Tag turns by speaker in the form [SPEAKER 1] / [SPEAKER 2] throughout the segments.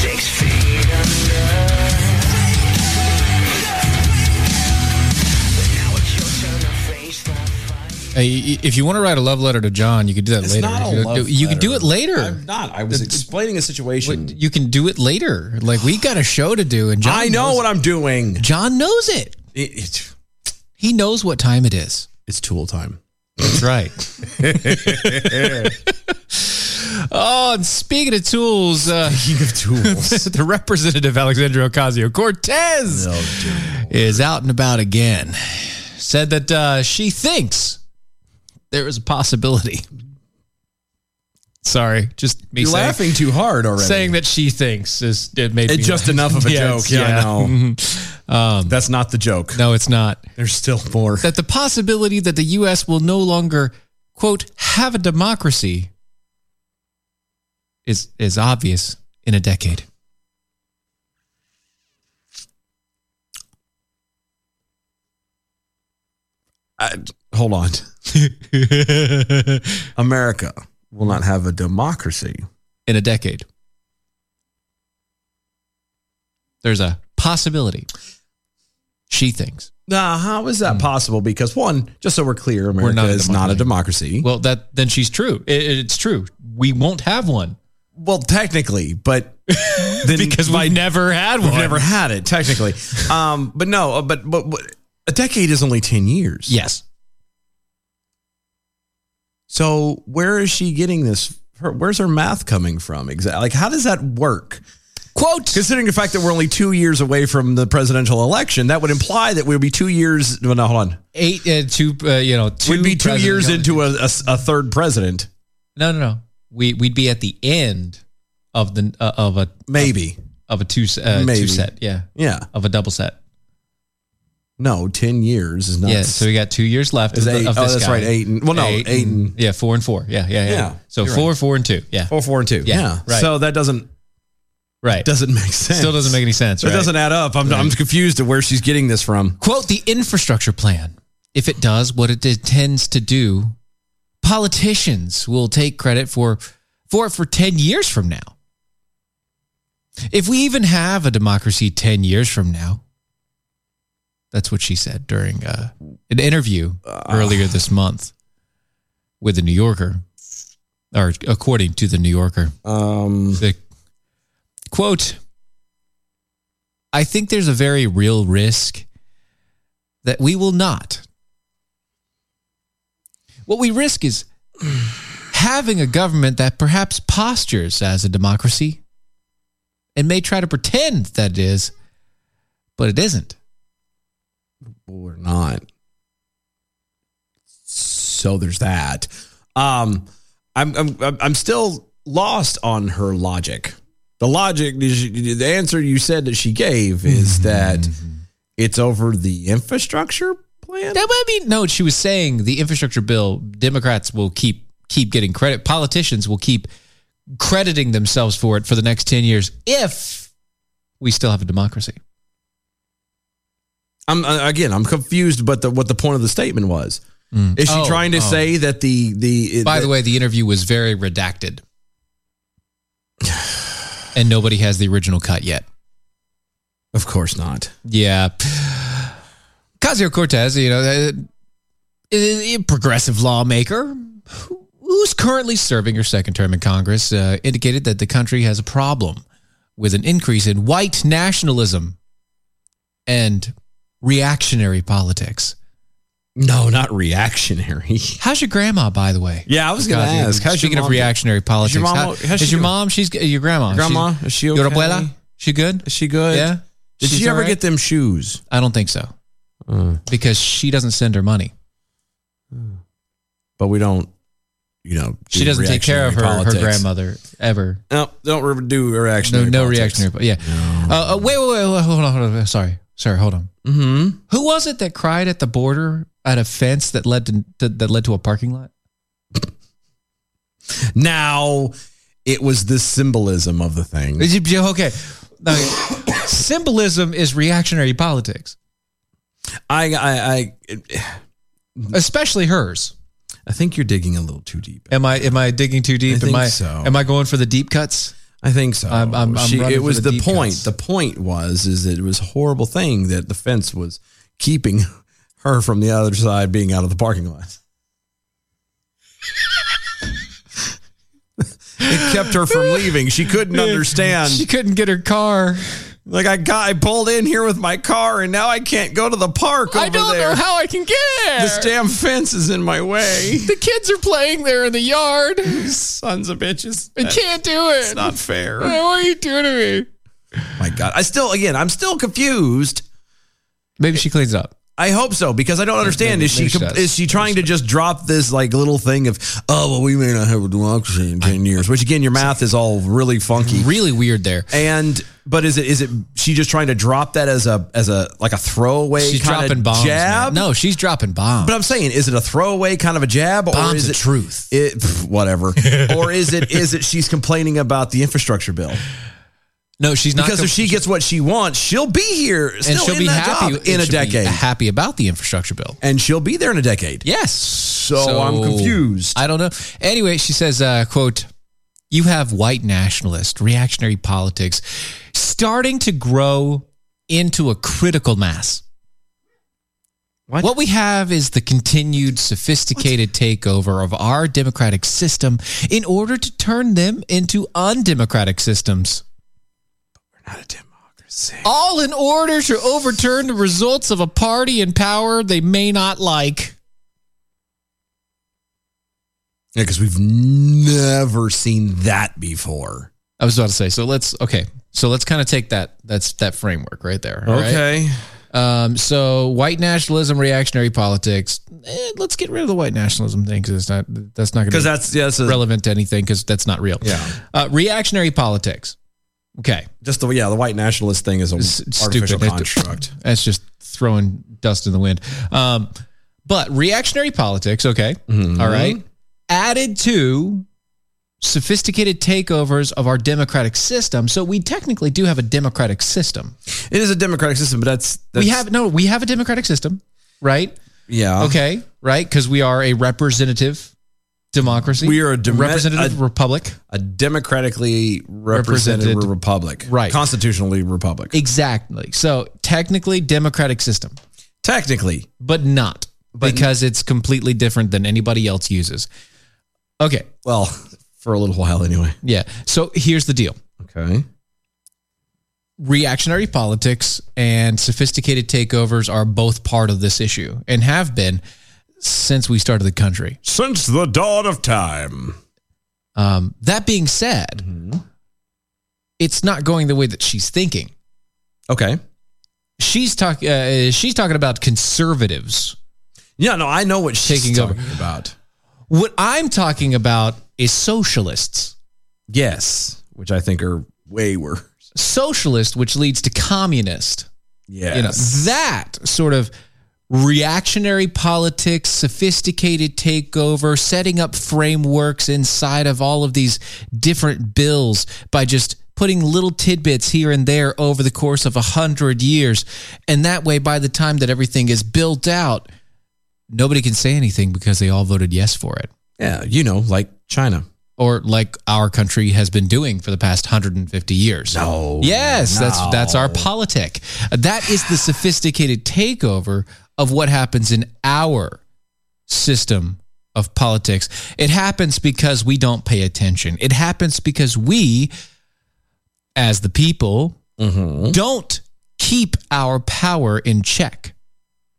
[SPEAKER 1] Six feet under. Now it's your turn to face the fight.
[SPEAKER 2] Hey, if you want to write a love letter to John, you could do that
[SPEAKER 3] It's
[SPEAKER 2] later.
[SPEAKER 3] not a
[SPEAKER 2] you
[SPEAKER 3] love
[SPEAKER 2] could do, you could do
[SPEAKER 3] letter.
[SPEAKER 2] it later.
[SPEAKER 3] I'm not. I was
[SPEAKER 2] The-
[SPEAKER 3] explaining a situation.
[SPEAKER 2] But you can do it later. Like we got a show to do, and John
[SPEAKER 3] I know
[SPEAKER 2] knows
[SPEAKER 3] what I'm doing.
[SPEAKER 2] it. John knows it.
[SPEAKER 3] It- it-
[SPEAKER 2] He knows what time it is.
[SPEAKER 3] it's tool time.
[SPEAKER 2] That's right. oh, and speaking of tools, uh,
[SPEAKER 3] King of tools.
[SPEAKER 2] the representative Alexandria Ocasio Cortez is out and about again. Said that uh, she thinks there is a possibility. Sorry, just me
[SPEAKER 3] You're
[SPEAKER 2] saying,
[SPEAKER 3] laughing too hard already.
[SPEAKER 2] saying that she thinks is it made me
[SPEAKER 3] it's just
[SPEAKER 2] laugh.
[SPEAKER 3] enough of a
[SPEAKER 2] Yeah,
[SPEAKER 3] joke.
[SPEAKER 2] it's-
[SPEAKER 3] Yeah, Mm-hmm. I know.
[SPEAKER 2] Um,
[SPEAKER 3] That's not the joke.
[SPEAKER 2] no, it's not.
[SPEAKER 3] There's still more.
[SPEAKER 2] That the possibility that the U.S. will no longer quote have a democracy is is obvious in a decade.
[SPEAKER 3] I- hold on. America will not have a democracy.
[SPEAKER 2] in a decade. There's a possibility. She thinks.
[SPEAKER 3] Now, how is that possible? Because one, just so Hmm. we're clear, America
[SPEAKER 2] not a
[SPEAKER 3] is not a democracy.
[SPEAKER 2] Well, that then she's true. I- I- it's true. We won't have one
[SPEAKER 3] Well, technically, but then
[SPEAKER 2] because we never had one.
[SPEAKER 3] We've never had it technically. um, but no, uh, but, but but a decade is only 10 years.
[SPEAKER 2] Yes.
[SPEAKER 3] So where is she getting this? Her, where's her math coming from? Exactly. Like, how does that work?
[SPEAKER 2] Quote.
[SPEAKER 3] Considering the fact that we're only two years away from the presidential election, that would imply that we'll be two years. Well, no, hold on.
[SPEAKER 2] Eight. Uh, two. Uh, you know. Two
[SPEAKER 3] We'd be two
[SPEAKER 2] presidents-
[SPEAKER 3] years into a, a, a third president,
[SPEAKER 2] No, no, no. We we'd be at the end of the uh, of a
[SPEAKER 3] maybe.
[SPEAKER 2] of a two s- uh, two
[SPEAKER 3] Maybe.
[SPEAKER 2] set. Yeah.
[SPEAKER 3] Yeah.
[SPEAKER 2] Of a double set.
[SPEAKER 3] No, ten years is not.
[SPEAKER 2] Yeah. So we got two years left.
[SPEAKER 3] Is
[SPEAKER 2] Of, the-
[SPEAKER 3] eight-
[SPEAKER 2] of
[SPEAKER 3] oh,
[SPEAKER 2] this
[SPEAKER 3] that's
[SPEAKER 2] guy.
[SPEAKER 3] right, eight and- well, no, eight and-
[SPEAKER 2] yeah, four and four. Yeah, yeah, yeah.
[SPEAKER 3] Yeah,
[SPEAKER 2] so
[SPEAKER 3] you're
[SPEAKER 2] four,
[SPEAKER 3] right.
[SPEAKER 2] four and two. Yeah.
[SPEAKER 3] four, four, and two.
[SPEAKER 2] Yeah, right.
[SPEAKER 3] So that doesn't
[SPEAKER 2] Right.
[SPEAKER 3] doesn't make sense.
[SPEAKER 2] Still doesn't make any sense.
[SPEAKER 3] It
[SPEAKER 2] Right?
[SPEAKER 3] doesn't add up. I'm, I'm confused to where she's getting this from.
[SPEAKER 2] Quote the infrastructure plan. If it does what it intends to do, politicians will take credit for for it for 10 years from now. If we even have a democracy 10 years from now. That's what she said during uh, an interview earlier this month with the New Yorker or according to the New Yorker.
[SPEAKER 3] Um,
[SPEAKER 2] the quote I think there's a very real risk that we will not. What we risk is having a government that perhaps postures as a democracy and may try to pretend that it is, but it isn't.
[SPEAKER 3] or not. So there's that. Um, I'm I'm I'm- I'm still lost on her logic. The logic, the answer you said that she gave is that it's over the infrastructure plan.
[SPEAKER 2] That might be no. She was saying the infrastructure bill. Democrats will keep keep getting credit. Politicians will keep crediting themselves for it for the next ten years if we still have a democracy.
[SPEAKER 3] I'm uh, again, I'm confused. But the, what the point of the statement was? Is she
[SPEAKER 2] Oh,
[SPEAKER 3] trying to
[SPEAKER 2] oh.
[SPEAKER 3] say that the the
[SPEAKER 2] By the way, the interview was very redacted, and nobody has the original cut yet.
[SPEAKER 3] Of course not.
[SPEAKER 2] Yeah. Casio Cortez, you know, uh, is a progressive lawmaker who- who's currently serving her second term in Congress, uh, indicated that the country has a problem with an increase in white nationalism and reactionary politics.
[SPEAKER 3] No, not reactionary.
[SPEAKER 2] How's your grandma, by the way?
[SPEAKER 3] Yeah, I was going to
[SPEAKER 2] God,
[SPEAKER 3] ask. How's
[SPEAKER 2] Speaking
[SPEAKER 3] your
[SPEAKER 2] of
[SPEAKER 3] mom doing?
[SPEAKER 2] reactionary politics,
[SPEAKER 3] mom-
[SPEAKER 2] how-
[SPEAKER 3] how's she
[SPEAKER 2] is your
[SPEAKER 3] doing?
[SPEAKER 2] mom? She's uh, your grandma.
[SPEAKER 3] Grandma,
[SPEAKER 2] she's-
[SPEAKER 3] is she
[SPEAKER 2] Your
[SPEAKER 3] okay?
[SPEAKER 2] abuela? She good?
[SPEAKER 3] Is she good?
[SPEAKER 2] Yeah.
[SPEAKER 3] Did
[SPEAKER 2] She's
[SPEAKER 3] she ever
[SPEAKER 2] all right?
[SPEAKER 3] get them shoes?
[SPEAKER 2] I don't think so
[SPEAKER 3] Uh.
[SPEAKER 2] because she doesn't send her money.
[SPEAKER 3] But we don't, you know.
[SPEAKER 2] She
[SPEAKER 3] do
[SPEAKER 2] doesn't take care of her, her
[SPEAKER 3] reactionary politics.
[SPEAKER 2] grandmother ever.
[SPEAKER 3] No, don't re- do
[SPEAKER 2] No,
[SPEAKER 3] reactionary.
[SPEAKER 2] no reactionary. po- Yeah. Uh, uh, wait, wait, wait, wait. Hold on, hold on. Sorry, sorry. Hold on.
[SPEAKER 3] Mm-hmm.
[SPEAKER 2] Who was it that cried at the border at a fence that led to that, that led to a parking lot?
[SPEAKER 3] Now, it was the symbolism of the thing.
[SPEAKER 2] Is it- Okay. okay. Symbolism is reactionary politics,
[SPEAKER 3] I, I, I,
[SPEAKER 2] especially hers.
[SPEAKER 3] I think you're digging a little too deep.
[SPEAKER 2] Am I am I digging too deep?
[SPEAKER 3] I think
[SPEAKER 2] am I
[SPEAKER 3] so.
[SPEAKER 2] am I going for the deep cuts?
[SPEAKER 3] I think so.
[SPEAKER 2] I'm- I'm- I'm running
[SPEAKER 3] it
[SPEAKER 2] for
[SPEAKER 3] was
[SPEAKER 2] the
[SPEAKER 3] the,
[SPEAKER 2] deep
[SPEAKER 3] point.
[SPEAKER 2] cuts.
[SPEAKER 3] The point was is that it was a horrible thing that the fence was keeping her from the other side being out of the parking lot. it kept her from leaving. She couldn't understand.
[SPEAKER 2] She couldn't get her car.
[SPEAKER 3] like I got, I pulled in here with my car, and now I can't go to the park over
[SPEAKER 2] I don't
[SPEAKER 3] there.
[SPEAKER 2] know how I can get there.
[SPEAKER 3] this damn fence is in my way.
[SPEAKER 2] the kids are playing there in the yard.
[SPEAKER 3] Sons of bitches.
[SPEAKER 2] I can't do it.
[SPEAKER 3] It's not fair.
[SPEAKER 2] What are you doing to me?
[SPEAKER 3] my God. I still, again, I'm still confused.
[SPEAKER 2] Maybe she cleans up.
[SPEAKER 3] I hope so because I don't understand.
[SPEAKER 2] maybe-
[SPEAKER 3] is she,
[SPEAKER 2] maybe she
[SPEAKER 3] com-
[SPEAKER 2] does.
[SPEAKER 3] is she trying to just drop this like little thing of oh well we may not have a democracy in ten years? Which again, your math is all really funky.
[SPEAKER 2] Really weird there.
[SPEAKER 3] And but is it is it she just trying to drop that as a as a like a throwaway
[SPEAKER 2] She's
[SPEAKER 3] kind
[SPEAKER 2] dropping
[SPEAKER 3] of
[SPEAKER 2] bombs.
[SPEAKER 3] jab?
[SPEAKER 2] man. No, she's dropping bombs.
[SPEAKER 3] But I'm saying, is it a throwaway kind of a jab, or
[SPEAKER 2] bombs
[SPEAKER 3] is
[SPEAKER 2] the
[SPEAKER 3] it
[SPEAKER 2] truth.
[SPEAKER 3] It, pff, whatever, or is it is it she's complaining about the infrastructure bill?
[SPEAKER 2] no, she's not.
[SPEAKER 3] Because if she gets what she wants, she'll be here still
[SPEAKER 2] and she'll
[SPEAKER 3] in
[SPEAKER 2] be
[SPEAKER 3] that
[SPEAKER 2] happy
[SPEAKER 3] job in
[SPEAKER 2] and
[SPEAKER 3] a
[SPEAKER 2] she'll be
[SPEAKER 3] decade,
[SPEAKER 2] Happy about the infrastructure bill.
[SPEAKER 3] and she'll be there in a decade.
[SPEAKER 2] Yes.
[SPEAKER 3] So, I'm confused.
[SPEAKER 2] I don't know. Anyway, she says, uh, quote, you have white nationalist reactionary politics starting to grow into a critical mass.
[SPEAKER 3] What?
[SPEAKER 2] What we have is the continued sophisticated takeover of our democratic system in order to turn them into undemocratic systems.
[SPEAKER 3] Not a democracy.
[SPEAKER 2] All in order to overturn the results of a party in power they may not like.
[SPEAKER 3] Yeah, because we've never seen that before.
[SPEAKER 2] I was about to say. So let's okay. So let's kind of take that that's that framework right there. all right? Um, so white nationalism, reactionary politics. Eh, let's get rid of the white nationalism thing because it's not that's not going to
[SPEAKER 3] because that's yeah, that's a-
[SPEAKER 2] relevant to anything because that's not real.
[SPEAKER 3] Yeah.
[SPEAKER 2] Uh, reactionary politics. Okay.
[SPEAKER 3] just the yeah the white nationalist thing is a
[SPEAKER 2] It's
[SPEAKER 3] artificial
[SPEAKER 2] stupid.
[SPEAKER 3] construct.
[SPEAKER 2] That's just throwing dust in the wind. Um, but reactionary politics, okay.
[SPEAKER 3] Mm-hmm.
[SPEAKER 2] All right. Added to sophisticated takeovers of our democratic system. So we technically do have a democratic system.
[SPEAKER 3] It is a democratic system, but that's, that's
[SPEAKER 2] we have no, we have a democratic system, right?
[SPEAKER 3] yeah
[SPEAKER 2] Okay, right? Because we are a representative democracy.
[SPEAKER 3] We are a deme-
[SPEAKER 2] representative
[SPEAKER 3] a-
[SPEAKER 2] republic.
[SPEAKER 3] a democratically represented,
[SPEAKER 2] Represented-
[SPEAKER 3] republic,
[SPEAKER 2] Right.
[SPEAKER 3] Constitutionally republic,
[SPEAKER 2] Exactly. So technically democratic system,
[SPEAKER 3] technically.
[SPEAKER 2] but not because it's completely different than anybody else uses. Okay.
[SPEAKER 3] Well, for a little while anyway.
[SPEAKER 2] Yeah. So here's the deal.
[SPEAKER 3] Okay.
[SPEAKER 2] Reactionary politics and sophisticated takeovers are both part of this issue and have been since we started the country.
[SPEAKER 3] Since the dawn of time,
[SPEAKER 2] Um, that being said, it's not going the way that she's thinking.
[SPEAKER 3] okay.
[SPEAKER 2] she's talking uh, she's talking about conservatives
[SPEAKER 3] Yeah, no, I know what she's
[SPEAKER 2] Taking over.
[SPEAKER 3] talking about.
[SPEAKER 2] what i'm talking about is socialists
[SPEAKER 3] Yes, which I think are way worse.
[SPEAKER 2] socialist which leads to communist
[SPEAKER 3] Yes.
[SPEAKER 2] you know that sort of reactionary politics sophisticated takeover setting up frameworks inside of all of these different bills by just putting little tidbits here and there over the course of a hundred years and that way by the time that everything is built out nobody can say anything because they all voted yes for it
[SPEAKER 3] Yeah, you know, like China.
[SPEAKER 2] or like our country has been doing for the past 150 years.
[SPEAKER 3] No,
[SPEAKER 2] Yes, that's
[SPEAKER 3] no.
[SPEAKER 2] that's our politic. That is the sophisticated takeover of what happens in our system of politics. It happens because we don't pay attention. It happens because we
[SPEAKER 3] Mm-hmm.
[SPEAKER 2] as the people don't keep our power in check.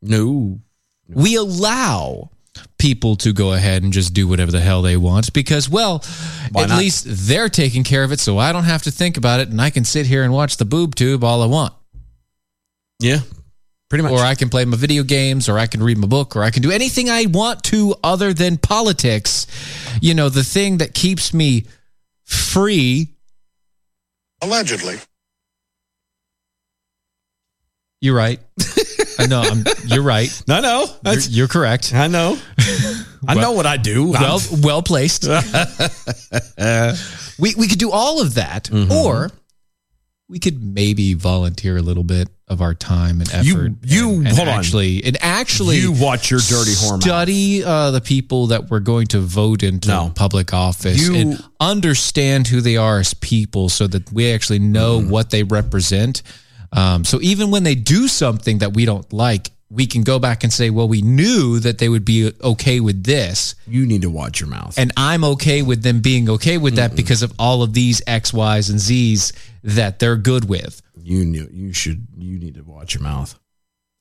[SPEAKER 3] No.
[SPEAKER 2] We allow people to go ahead and just do whatever the hell they want because, well,
[SPEAKER 3] Why
[SPEAKER 2] at
[SPEAKER 3] not?
[SPEAKER 2] least they're taking care of it, so I don't have to think about it, and I can sit here and watch the boob tube all I want,
[SPEAKER 3] Yeah. Pretty much.
[SPEAKER 2] or I can play my video games, or I can read my book, or I can do anything I want to other than politics. You know, the thing that keeps me free.
[SPEAKER 4] Allegedly.
[SPEAKER 2] You're right. I know. I'm, you're right.
[SPEAKER 3] No, no.
[SPEAKER 2] You're,
[SPEAKER 3] That's,
[SPEAKER 2] you're correct.
[SPEAKER 3] I know. I know what I do.
[SPEAKER 2] well well placed. we we could do all of that,
[SPEAKER 3] Mm-hmm.
[SPEAKER 2] or we could maybe volunteer a little bit of our time and effort.
[SPEAKER 3] You- you-
[SPEAKER 2] and, and
[SPEAKER 3] hold on.
[SPEAKER 2] actually and actually
[SPEAKER 3] You watch your dirty hormones.
[SPEAKER 2] Study uh, the people that we're going to vote into
[SPEAKER 3] No.
[SPEAKER 2] public office
[SPEAKER 3] You-
[SPEAKER 2] and understand who they are as people, so that we actually know
[SPEAKER 3] Mm-hmm.
[SPEAKER 2] what they represent. Um, so even when they do something that we don't like. We can go back and say, well, we knew that they would be okay with this
[SPEAKER 3] you need to watch your mouth.
[SPEAKER 2] and I'm okay with them being okay with that because of all of these X, Y's, and Z's that they're good with.
[SPEAKER 3] you knew you should you need to watch your mouth.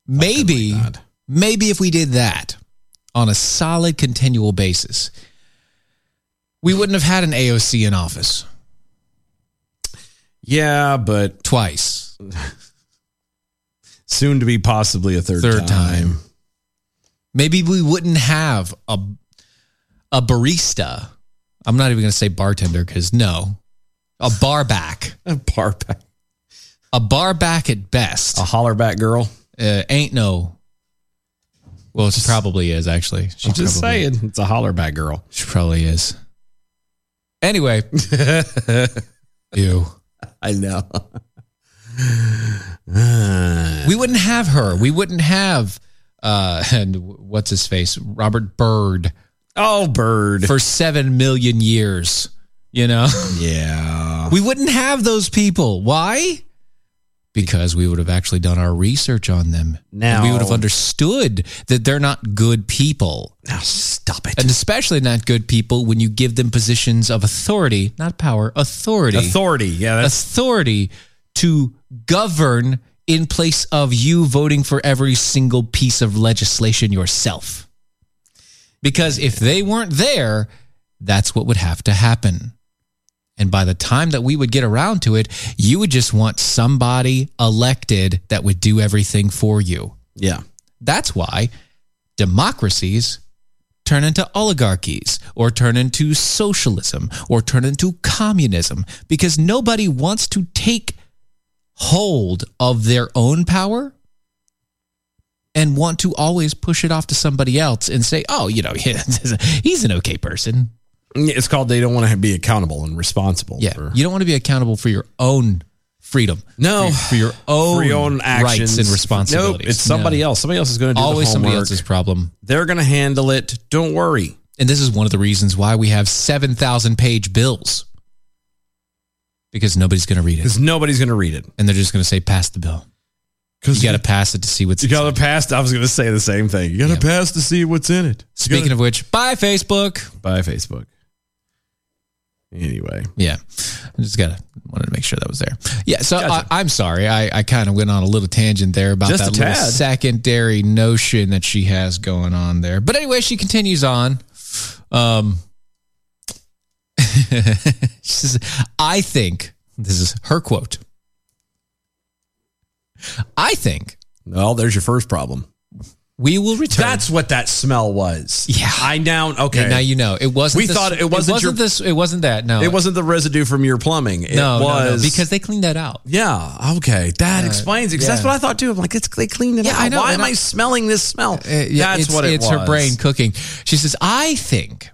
[SPEAKER 2] Maybe,
[SPEAKER 3] God.
[SPEAKER 2] maybe if we did that on a solid continual basis, we wouldn't have had an AOC in office
[SPEAKER 3] Yeah, but
[SPEAKER 2] twice.
[SPEAKER 3] soon to be possibly a third,
[SPEAKER 2] Third
[SPEAKER 3] time.
[SPEAKER 2] time. Maybe we wouldn't have a a barista. I'm not even going to say bartender because no, a bar back,
[SPEAKER 3] A bar back,
[SPEAKER 2] a bar back at best.
[SPEAKER 3] a holler back girl.
[SPEAKER 2] uh, ain't no. Well, it probably is actually. She
[SPEAKER 3] I'm just
[SPEAKER 2] probably,
[SPEAKER 3] saying, it's a holler back girl.
[SPEAKER 2] She probably is. Anyway, ew.
[SPEAKER 3] I know.
[SPEAKER 2] We wouldn't have her. We wouldn't have uh and what's his face Robert Byrd
[SPEAKER 3] Oh, bird.
[SPEAKER 2] for seven million years. You know,
[SPEAKER 3] yeah.
[SPEAKER 2] we wouldn't have those people. Why? Because we would have actually done our research on them.
[SPEAKER 3] Now-
[SPEAKER 2] And we would have understood that they're not good people.
[SPEAKER 3] Now stop it.
[SPEAKER 2] and especially not good people when you give them positions of authority, not power, authority,
[SPEAKER 3] Authority. Yeah, that's
[SPEAKER 2] authority to govern in place of you voting for every single piece of legislation yourself. Because if they weren't there, that's what would have to happen. And by the time that we would get around to it, you would just want somebody elected that would do everything for you.
[SPEAKER 3] yeah.
[SPEAKER 2] That's why democracies turn into oligarchies or turn into socialism or turn into communism because nobody wants to take hold of their own power and want to always push it off to somebody else and say, oh, you know, he's an okay person.
[SPEAKER 3] It's called they don't want to be accountable and responsible.
[SPEAKER 2] Yeah.
[SPEAKER 3] for-
[SPEAKER 2] You don't want to be accountable for your own freedom.
[SPEAKER 3] No.
[SPEAKER 2] For, for your own,
[SPEAKER 3] for your own
[SPEAKER 2] rights
[SPEAKER 3] actions
[SPEAKER 2] and responsibilities.
[SPEAKER 3] Nope, it's somebody
[SPEAKER 2] No.
[SPEAKER 3] else. Somebody else is going to do
[SPEAKER 2] Always
[SPEAKER 3] the
[SPEAKER 2] somebody
[SPEAKER 3] homework.
[SPEAKER 2] else's problem.
[SPEAKER 3] They're going to handle it. Don't worry.
[SPEAKER 2] And this is one of the reasons why we have 7,000 page bills because nobody's going to read it.
[SPEAKER 3] Because nobody's going to read it.
[SPEAKER 2] And they're just going to say, pass the bill. You
[SPEAKER 3] Because
[SPEAKER 2] got to pass it to see what's
[SPEAKER 3] you got to pass. I was going to say the same thing. You got to
[SPEAKER 2] Yeah.
[SPEAKER 3] pass to see what's in it.
[SPEAKER 2] Speaking of which, bye, Facebook.
[SPEAKER 3] of by Facebook. Anyway,
[SPEAKER 2] Yeah. I just got to wanted to make sure that was there. Yeah. So I, I'm sorry. I, I kind of went on a little tangent there about
[SPEAKER 3] Just
[SPEAKER 2] that
[SPEAKER 3] a
[SPEAKER 2] little
[SPEAKER 3] tad.
[SPEAKER 2] secondary notion that she has going on there. But anyway, she continues on. Um, she says, I think, this is her quote. I think
[SPEAKER 3] well, there's your first problem.
[SPEAKER 2] we will return.
[SPEAKER 3] That's what that smell was.
[SPEAKER 2] Yeah.
[SPEAKER 3] I now okay.
[SPEAKER 2] And now you know. It wasn't
[SPEAKER 3] We thought it wasn't
[SPEAKER 2] it wasn't
[SPEAKER 3] your-
[SPEAKER 2] this it wasn't that. No.
[SPEAKER 3] it wasn't the residue from your plumbing. It
[SPEAKER 2] no,
[SPEAKER 3] was
[SPEAKER 2] no, no, because they cleaned that out.
[SPEAKER 3] yeah. Okay, that explains it. 'cause that's
[SPEAKER 2] Uh, yeah.
[SPEAKER 3] what I thought too. I'm like, it's they cleaned it
[SPEAKER 2] Yeah,
[SPEAKER 3] out.
[SPEAKER 2] I know,
[SPEAKER 3] Why
[SPEAKER 2] and
[SPEAKER 3] am I,
[SPEAKER 2] I-
[SPEAKER 3] smelling this smell?
[SPEAKER 2] Uh, yeah,
[SPEAKER 3] that's
[SPEAKER 2] it's,
[SPEAKER 3] what it
[SPEAKER 2] it's
[SPEAKER 3] was.
[SPEAKER 2] her brain cooking. She says, "I think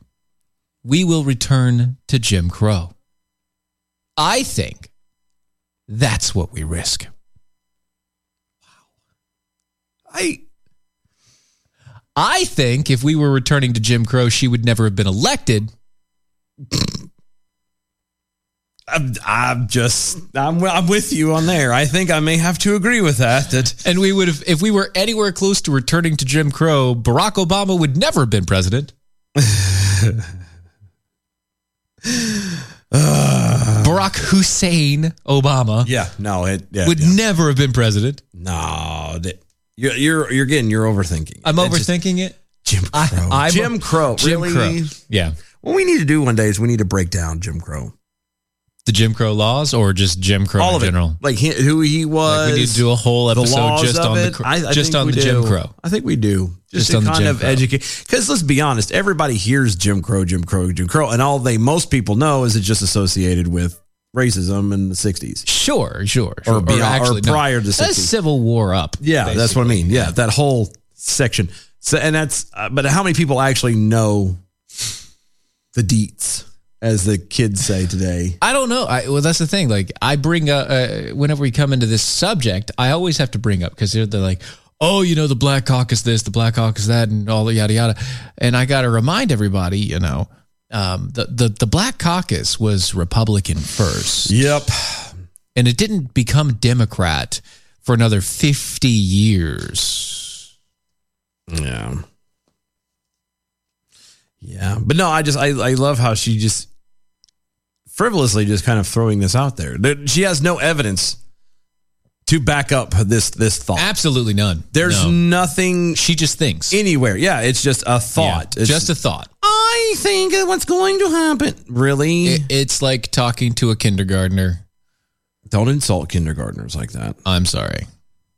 [SPEAKER 2] we will return to Jim Crow. I think that's what we risk.
[SPEAKER 3] I
[SPEAKER 2] I think if we were returning to Jim Crow, she would never have been elected.
[SPEAKER 3] I'm, I'm just I'm I'm with you on there. I think I may have to agree with that. That
[SPEAKER 2] And we would have, if we were anywhere close to returning to Jim Crow, Barack Obama would never have been president. Barack Hussein Obama
[SPEAKER 3] yeah, no, it yeah,
[SPEAKER 2] would
[SPEAKER 3] yeah.
[SPEAKER 2] never have been president.
[SPEAKER 3] no. That, You're you're you're again. You're overthinking.
[SPEAKER 2] I'm
[SPEAKER 3] It's just
[SPEAKER 2] overthinking it.
[SPEAKER 3] Jim
[SPEAKER 2] I-
[SPEAKER 3] Crow.
[SPEAKER 2] I'm-
[SPEAKER 3] Jim Crow.
[SPEAKER 2] Jim
[SPEAKER 3] really?
[SPEAKER 2] Crow. Yeah.
[SPEAKER 3] What we need to do one day is we need to break down Jim Crow.
[SPEAKER 2] The Jim Crow laws or just Jim Crow
[SPEAKER 3] All
[SPEAKER 2] in
[SPEAKER 3] of
[SPEAKER 2] general?
[SPEAKER 3] it. Like he, who he was.
[SPEAKER 2] Like we need to do a whole
[SPEAKER 3] the
[SPEAKER 2] episode
[SPEAKER 3] laws
[SPEAKER 2] just
[SPEAKER 3] of
[SPEAKER 2] on the
[SPEAKER 3] it.
[SPEAKER 2] cr-
[SPEAKER 3] I- I
[SPEAKER 2] just
[SPEAKER 3] think
[SPEAKER 2] on
[SPEAKER 3] we
[SPEAKER 2] the Jim
[SPEAKER 3] do.
[SPEAKER 2] Crow.
[SPEAKER 3] I think we do. Just,
[SPEAKER 2] Just on
[SPEAKER 3] to
[SPEAKER 2] the
[SPEAKER 3] kind
[SPEAKER 2] Jim
[SPEAKER 3] of
[SPEAKER 2] Crow.
[SPEAKER 3] educate. Because let's be honest, everybody hears Jim Crow, Jim Crow, Jim Crow, and all they most people know is it's just associated with racism in the '60s.
[SPEAKER 2] Sure, sure,
[SPEAKER 3] Or
[SPEAKER 2] sure.
[SPEAKER 3] beyond- or prior to
[SPEAKER 2] that's
[SPEAKER 3] 60.
[SPEAKER 2] Civil War up.
[SPEAKER 3] Yeah, that's what I mean. Yeah, that whole section. So, and that's, uh, but how many people actually know the deets, as the kids say today?
[SPEAKER 2] I don't know. I, well, that's the thing. Like, I bring up uh, whenever we come into this subject, I always have to bring up because they're, they're like, oh, you know, the Black Hawk is this, the Black Hawk is that, and all the yada yada. And I got to remind everybody, you know, um, the, the the Black Caucus was Republican first,
[SPEAKER 3] Yep.
[SPEAKER 2] and it didn't become Democrat for another fifty years.
[SPEAKER 3] Yeah. Yeah. But no, I just, I, I love how she just frivolously just kind of throwing this out there. There- She has no evidence to back up this, this thought.
[SPEAKER 2] Absolutely none.
[SPEAKER 3] There's
[SPEAKER 2] No.
[SPEAKER 3] nothing
[SPEAKER 2] she just thinks
[SPEAKER 3] anywhere. Yeah. It's just a thought.
[SPEAKER 2] Yeah,
[SPEAKER 3] It's
[SPEAKER 2] just a thought.
[SPEAKER 3] I think what's going to happen. Really?
[SPEAKER 2] It- it's like talking to a kindergartner.
[SPEAKER 3] Don't insult kindergartners like that
[SPEAKER 2] I'm sorry.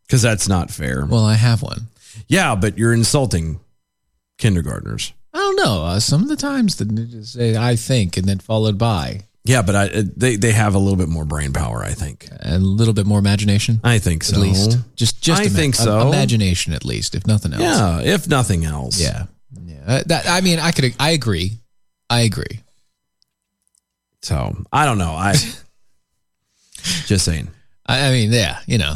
[SPEAKER 3] because that's not fair.
[SPEAKER 2] Well, I have one.
[SPEAKER 3] yeah, but you're insulting kindergartners.
[SPEAKER 2] I don't know. Uh, some of the times that they just say I think and then followed by
[SPEAKER 3] Yeah, but I, they they have a little bit more brain power. I think.
[SPEAKER 2] a little bit more imagination.
[SPEAKER 3] I think
[SPEAKER 2] at
[SPEAKER 3] so.
[SPEAKER 2] least just just
[SPEAKER 3] I
[SPEAKER 2] ima-
[SPEAKER 3] think
[SPEAKER 2] um,
[SPEAKER 3] so.
[SPEAKER 2] Imagination at least, if nothing else.
[SPEAKER 3] Yeah, if nothing else.
[SPEAKER 2] Yeah. Yeah. Uh, That I mean, I could I agree. I agree.
[SPEAKER 3] So I don't know. I just saying.
[SPEAKER 2] I, I mean, yeah, you know.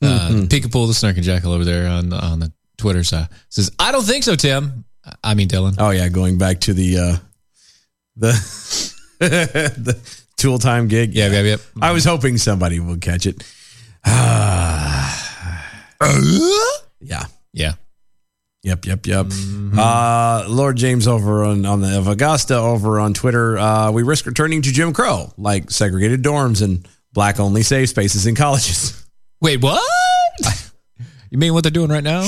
[SPEAKER 2] Uh, Peekapool the Snark and Jackal over there on on the Twitter side says, "I don't think so, Tim." I mean, Dylan.
[SPEAKER 3] Oh yeah, going back to the uh, the the tool time gig.
[SPEAKER 2] Yeah, yep, yep.
[SPEAKER 3] I was hoping somebody would catch it. yeah.
[SPEAKER 2] Yeah.
[SPEAKER 3] Yep, yep, yep.
[SPEAKER 2] Mm-hmm.
[SPEAKER 3] Uh, Lord James over on, on the of Augusta over on Twitter. Uh, we risk returning to Jim Crow, like segregated dorms and black only safe spaces in colleges.
[SPEAKER 2] Wait, what? you mean what they're doing right now?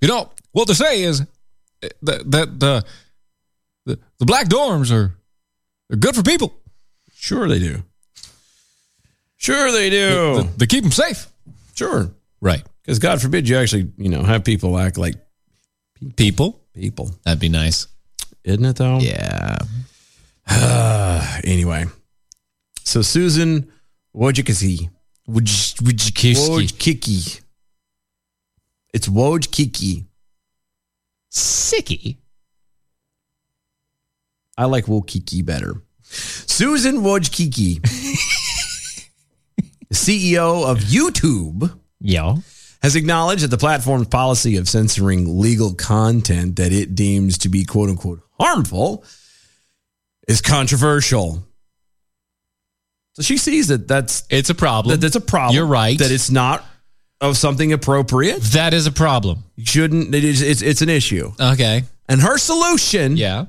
[SPEAKER 2] You know what they say is that that the the, the black dorms are they're good for people.
[SPEAKER 3] Sure they do. Sure they do.
[SPEAKER 2] They, they keep them safe.
[SPEAKER 3] sure.
[SPEAKER 2] Oh. Right,
[SPEAKER 3] Because God forbid you actually, you know, have people act like
[SPEAKER 2] people.
[SPEAKER 3] people.
[SPEAKER 2] That'd be nice.
[SPEAKER 3] Isn't it though?
[SPEAKER 2] Yeah.
[SPEAKER 3] Anyway. So Susan Wojcicki.
[SPEAKER 2] Would you, would you kiss?
[SPEAKER 3] Wojcicki. It's Wojcicki.
[SPEAKER 2] Sicky.
[SPEAKER 3] I like Wojcicki better. Susan Wojcicki, CEO of YouTube,
[SPEAKER 2] Yeah.
[SPEAKER 3] has acknowledged that the platform's policy of censoring legal content that it deems to be quote unquote harmful is controversial. So she sees that that's
[SPEAKER 2] It's a problem.
[SPEAKER 3] that that's a problem.
[SPEAKER 2] You're right.
[SPEAKER 3] That it's not of something appropriate.
[SPEAKER 2] that is a problem.
[SPEAKER 3] You shouldn't it is it's, it's an issue.
[SPEAKER 2] Okay.
[SPEAKER 3] And her solution,
[SPEAKER 2] Yeah.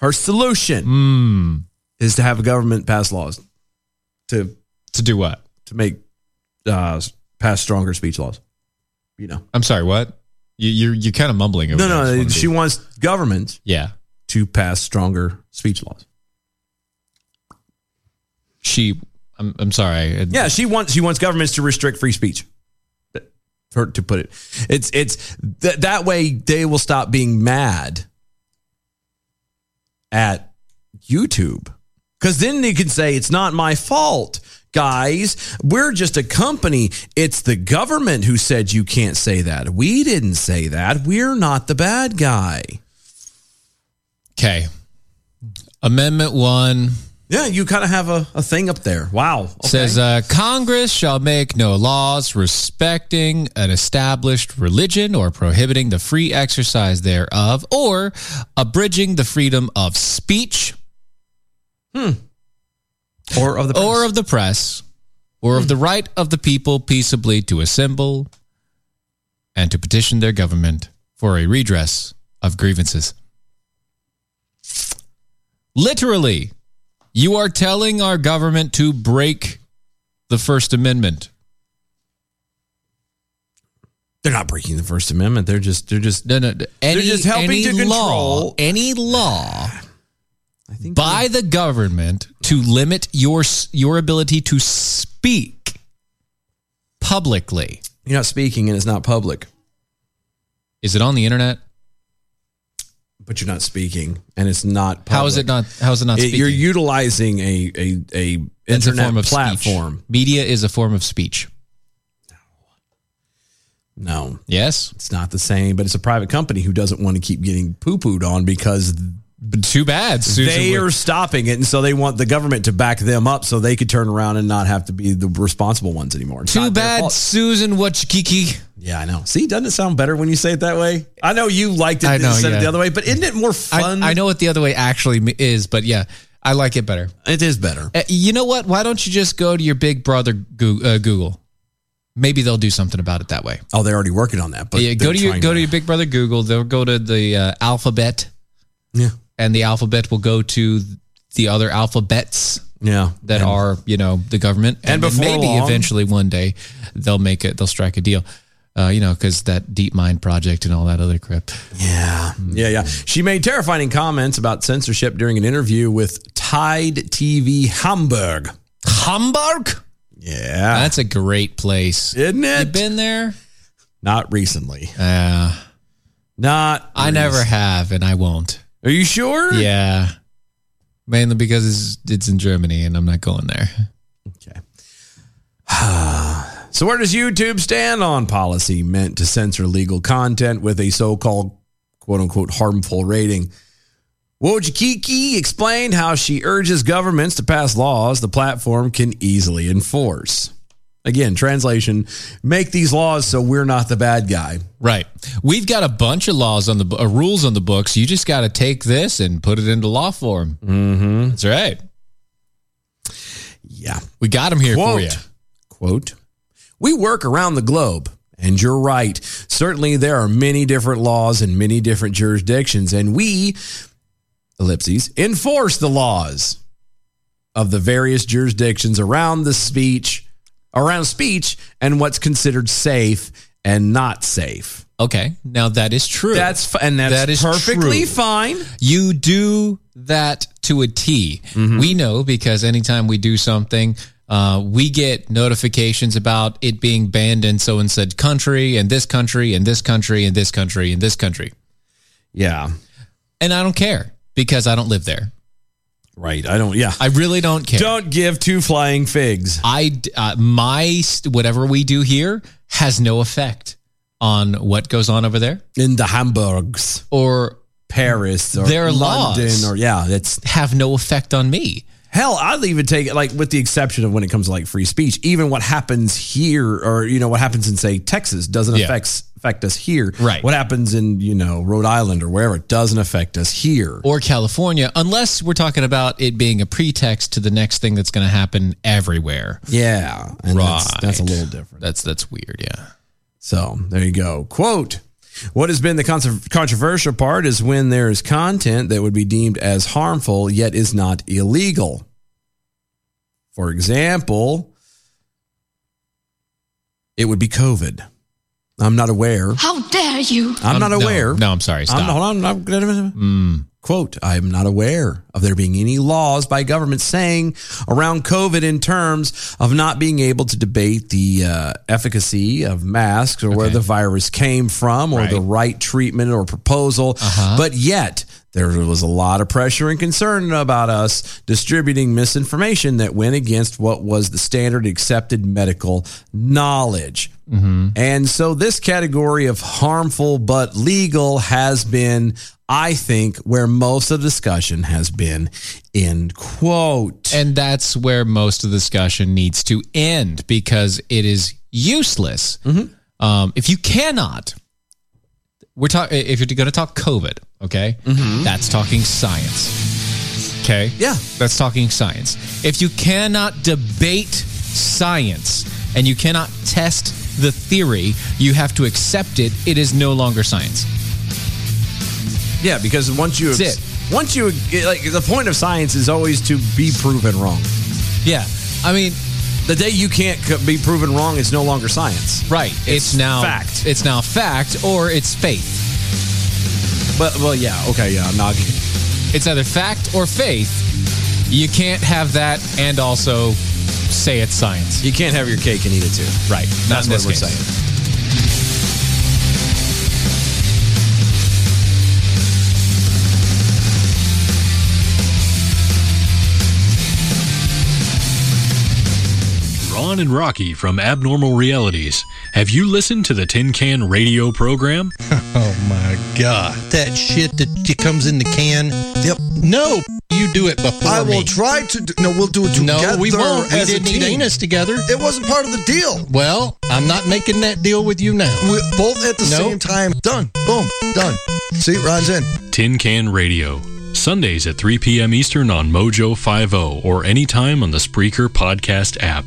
[SPEAKER 3] her solution
[SPEAKER 2] Hmm.
[SPEAKER 3] is to have a government pass laws to
[SPEAKER 2] To do what?
[SPEAKER 3] to make uh pass stronger speech laws. You know.
[SPEAKER 2] I'm sorry. What? You you you're kind of mumbling. Over there. I
[SPEAKER 3] No,
[SPEAKER 2] just
[SPEAKER 3] no,
[SPEAKER 2] wanna
[SPEAKER 3] she
[SPEAKER 2] be-
[SPEAKER 3] wants governments
[SPEAKER 2] Yeah.
[SPEAKER 3] to pass stronger speech laws.
[SPEAKER 2] She. I'm I'm sorry.
[SPEAKER 3] Yeah, she wants she wants governments to restrict free speech. Her to put it. It's it's th- that way they will stop being mad at YouTube. Cuz then they can say it's not my fault. Guys, we're just a company. It's the government who said you can't say that. We didn't say that. We're not the bad guy.
[SPEAKER 2] Okay. Amendment one
[SPEAKER 3] Yeah, you kind of have a, a thing up there. Wow. Okay.
[SPEAKER 2] says uh, Congress shall make no laws respecting an established religion or prohibiting the free exercise thereof or abridging the freedom of speech
[SPEAKER 3] or of the
[SPEAKER 2] uh,
[SPEAKER 3] Hmm.
[SPEAKER 2] or of the press or of the right of the people peaceably to assemble and to petition their government for a redress of grievances. Literally, you are telling our government to break the First Amendment.
[SPEAKER 3] They're not breaking the First Amendment. They're just they're just
[SPEAKER 2] No, no. Any,
[SPEAKER 3] just helping
[SPEAKER 2] any
[SPEAKER 3] to
[SPEAKER 2] law,
[SPEAKER 3] control-
[SPEAKER 2] any law
[SPEAKER 3] I think
[SPEAKER 2] by the government to limit your s- your ability to speak publicly.
[SPEAKER 3] you're not speaking and it's not public,
[SPEAKER 2] Is it on the internet?
[SPEAKER 3] but you're not speaking and it's not. Public.
[SPEAKER 2] How is it not? How is it not?
[SPEAKER 3] It-
[SPEAKER 2] Speaking?
[SPEAKER 3] you're utilizing a a a
[SPEAKER 2] That's
[SPEAKER 3] internet
[SPEAKER 2] a form of
[SPEAKER 3] platform.
[SPEAKER 2] Speech. Media is a form of speech.
[SPEAKER 3] No,
[SPEAKER 2] Yes.
[SPEAKER 3] it's not the same. But it's a private company who doesn't want to keep getting poo pooed on because
[SPEAKER 2] But too bad, Susan.
[SPEAKER 3] they
[SPEAKER 2] would-
[SPEAKER 3] are stopping it, and so they want the government to back them up so they could turn around and not have to be the responsible ones anymore. It's
[SPEAKER 2] too
[SPEAKER 3] not their
[SPEAKER 2] bad,
[SPEAKER 3] fault.
[SPEAKER 2] Susan Wachkiki.
[SPEAKER 3] Yeah, I know. See, doesn't it sound better when you say it that way? I know you liked it
[SPEAKER 2] I
[SPEAKER 3] and
[SPEAKER 2] know,
[SPEAKER 3] said
[SPEAKER 2] yeah.
[SPEAKER 3] it the other way, but isn't it more fun?
[SPEAKER 2] I, I know what the other way actually me- is, but yeah, I like it better.
[SPEAKER 3] it is better.
[SPEAKER 2] Uh, You know what? Why don't you just go to your big brother Goo- uh, Google? Maybe they'll do something about it that way.
[SPEAKER 3] Oh, they're already working on that. But
[SPEAKER 2] yeah, go
[SPEAKER 3] they're
[SPEAKER 2] to your
[SPEAKER 3] trying
[SPEAKER 2] go to your big brother Google. They'll go to the uh, alphabet,
[SPEAKER 3] yeah,
[SPEAKER 2] and the alphabet will go to the other alphabets
[SPEAKER 3] yeah.
[SPEAKER 2] that are you know the government.
[SPEAKER 3] And
[SPEAKER 2] then
[SPEAKER 3] before
[SPEAKER 2] maybe
[SPEAKER 3] long-
[SPEAKER 2] eventually one day they'll make it. They'll strike a deal. Uh, you know, because that deep mind project and all that other crap.
[SPEAKER 3] Yeah. Yeah. Yeah. She made terrifying comments about censorship during an interview with Tide TV Hamburg.
[SPEAKER 2] Hamburg.
[SPEAKER 3] Yeah.
[SPEAKER 2] That's a great place.
[SPEAKER 3] Isn't
[SPEAKER 2] You
[SPEAKER 3] it?
[SPEAKER 2] been there?
[SPEAKER 3] Not recently.
[SPEAKER 2] Uh,
[SPEAKER 3] Not.
[SPEAKER 2] I never have, and I won't.
[SPEAKER 3] Are you sure?
[SPEAKER 2] Yeah, mainly because it's it's in Germany, and I'm not going there.
[SPEAKER 3] Okay. so, where does YouTube stand on policy meant to censor legal content with a so called quote unquote harmful rating? Wojcicki explained how she urges governments to pass laws the platform can easily enforce. Again, translation make these laws so we're not the bad guy.
[SPEAKER 2] Right. We've got a bunch of laws on the uh, rules on the books. You just got to take this and put it into law form. Mm-hmm. That's right.
[SPEAKER 3] Yeah.
[SPEAKER 2] We got them here for
[SPEAKER 3] Quote,
[SPEAKER 2] you.
[SPEAKER 3] quote, we work around the globe. And you're right. Certainly, there are many different laws in many different jurisdictions, and we, ellipses, enforce the laws of the various jurisdictions around the speech, around speech, and what's considered safe and not safe.
[SPEAKER 2] Okay. Now that is true.
[SPEAKER 3] That's f- and that's
[SPEAKER 2] That is
[SPEAKER 3] perfectly
[SPEAKER 2] true.
[SPEAKER 3] fine.
[SPEAKER 2] you do that to a T.
[SPEAKER 3] Mm-hmm.
[SPEAKER 2] We know because anytime we do something, uh, we get notifications about it being banned in so and said country, and this country, and this country, and this country, and this country.
[SPEAKER 3] Yeah,
[SPEAKER 2] And I don't care because I don't live there.
[SPEAKER 3] right. I don't. Yeah,
[SPEAKER 2] I really don't care.
[SPEAKER 3] don't give two flying figs.
[SPEAKER 2] I d- uh, my st- whatever we do here has no effect on what goes on over there
[SPEAKER 3] In the Hamburgs,
[SPEAKER 2] or
[SPEAKER 3] Paris, or
[SPEAKER 2] Their
[SPEAKER 3] London,
[SPEAKER 2] laws.
[SPEAKER 3] or yeah, that's
[SPEAKER 2] have no effect on me.
[SPEAKER 3] Hell, I'd even take it like with the exception of when it comes to like free speech, even what happens here or you know what happens in say Texas doesn't
[SPEAKER 2] Yeah.
[SPEAKER 3] affect affect us here.
[SPEAKER 2] Right.
[SPEAKER 3] What happens in, you know, Rhode Island or wherever it doesn't affect us here.
[SPEAKER 2] Or California, unless we're talking about it being a pretext to the next thing that's going to happen everywhere.
[SPEAKER 3] yeah. And
[SPEAKER 2] Right.
[SPEAKER 3] that's, that's a little different.
[SPEAKER 2] That's that's weird, yeah.
[SPEAKER 3] So there you go. Quote What has been the con- controversial part is when there is content that would be deemed as harmful yet is not illegal. For example, it would be COVID. I'm not aware.
[SPEAKER 1] How dare you?
[SPEAKER 3] I'm not
[SPEAKER 2] Um, no,
[SPEAKER 3] aware.
[SPEAKER 2] No, I'm sorry. Stop. Mm.
[SPEAKER 3] I'm, hold on. I'm, Quote, I am not aware of there being any laws by government saying around COVID in terms of not being able to debate the uh, efficacy of masks or where
[SPEAKER 2] Okay.
[SPEAKER 3] the virus came from or the right treatment or proposal.
[SPEAKER 2] Uh-huh.
[SPEAKER 3] But yet, there was a lot of pressure and concern about us distributing misinformation that went against what was the standard accepted medical knowledge. And so this category of harmful but legal has been, I think, where most of the discussion has been. End quote.
[SPEAKER 2] And that's where most of the discussion needs to end because it is useless.
[SPEAKER 3] Mm-hmm.
[SPEAKER 2] Um, if you cannot, we're talking. If you're going to talk COVID, okay, that's talking science. Okay,
[SPEAKER 3] Mm-hmm. Yeah.
[SPEAKER 2] that's talking science. If you cannot debate science and you cannot test the theory, you have to accept it. It is no longer science.
[SPEAKER 3] yeah, because once you
[SPEAKER 2] That's it.
[SPEAKER 3] once you like the point of science is always to be proven wrong.
[SPEAKER 2] Yeah, I mean,
[SPEAKER 3] The day you can't c- be proven wrong is no longer science.
[SPEAKER 2] Right. It's,
[SPEAKER 3] It's
[SPEAKER 2] now
[SPEAKER 3] fact.
[SPEAKER 2] It's now fact or it's faith.
[SPEAKER 3] But well, yeah, okay, yeah, Nog.
[SPEAKER 2] It's either fact or faith. You can't have that and also say it's science.
[SPEAKER 3] You can't have your cake and eat it too.
[SPEAKER 2] Right. Not
[SPEAKER 3] That's
[SPEAKER 2] in
[SPEAKER 3] what
[SPEAKER 2] this
[SPEAKER 3] we're
[SPEAKER 2] case.
[SPEAKER 3] saying.
[SPEAKER 5] Ron and Rocky from Abnormal Realities. Have you listened to the Tin Can Radio program?
[SPEAKER 6] Oh my god. That shit that t- comes in the can. Yep. No, you do it before
[SPEAKER 7] I
[SPEAKER 6] me.
[SPEAKER 7] will try to. Do, no, we'll do it
[SPEAKER 6] no,
[SPEAKER 7] together.
[SPEAKER 6] we won't. We
[SPEAKER 7] as a
[SPEAKER 6] didn't eat
[SPEAKER 7] team.
[SPEAKER 6] anus together.
[SPEAKER 7] It wasn't part of the deal.
[SPEAKER 6] Well, I'm not making that deal with you now.
[SPEAKER 7] We both at the
[SPEAKER 6] Nope.
[SPEAKER 7] same time. Done. Boom. Done. See, Ron's in.
[SPEAKER 5] Tin Can Radio. Sundays at 3 p.m. Eastern on Mojo 50 or anytime on the Spreaker podcast app.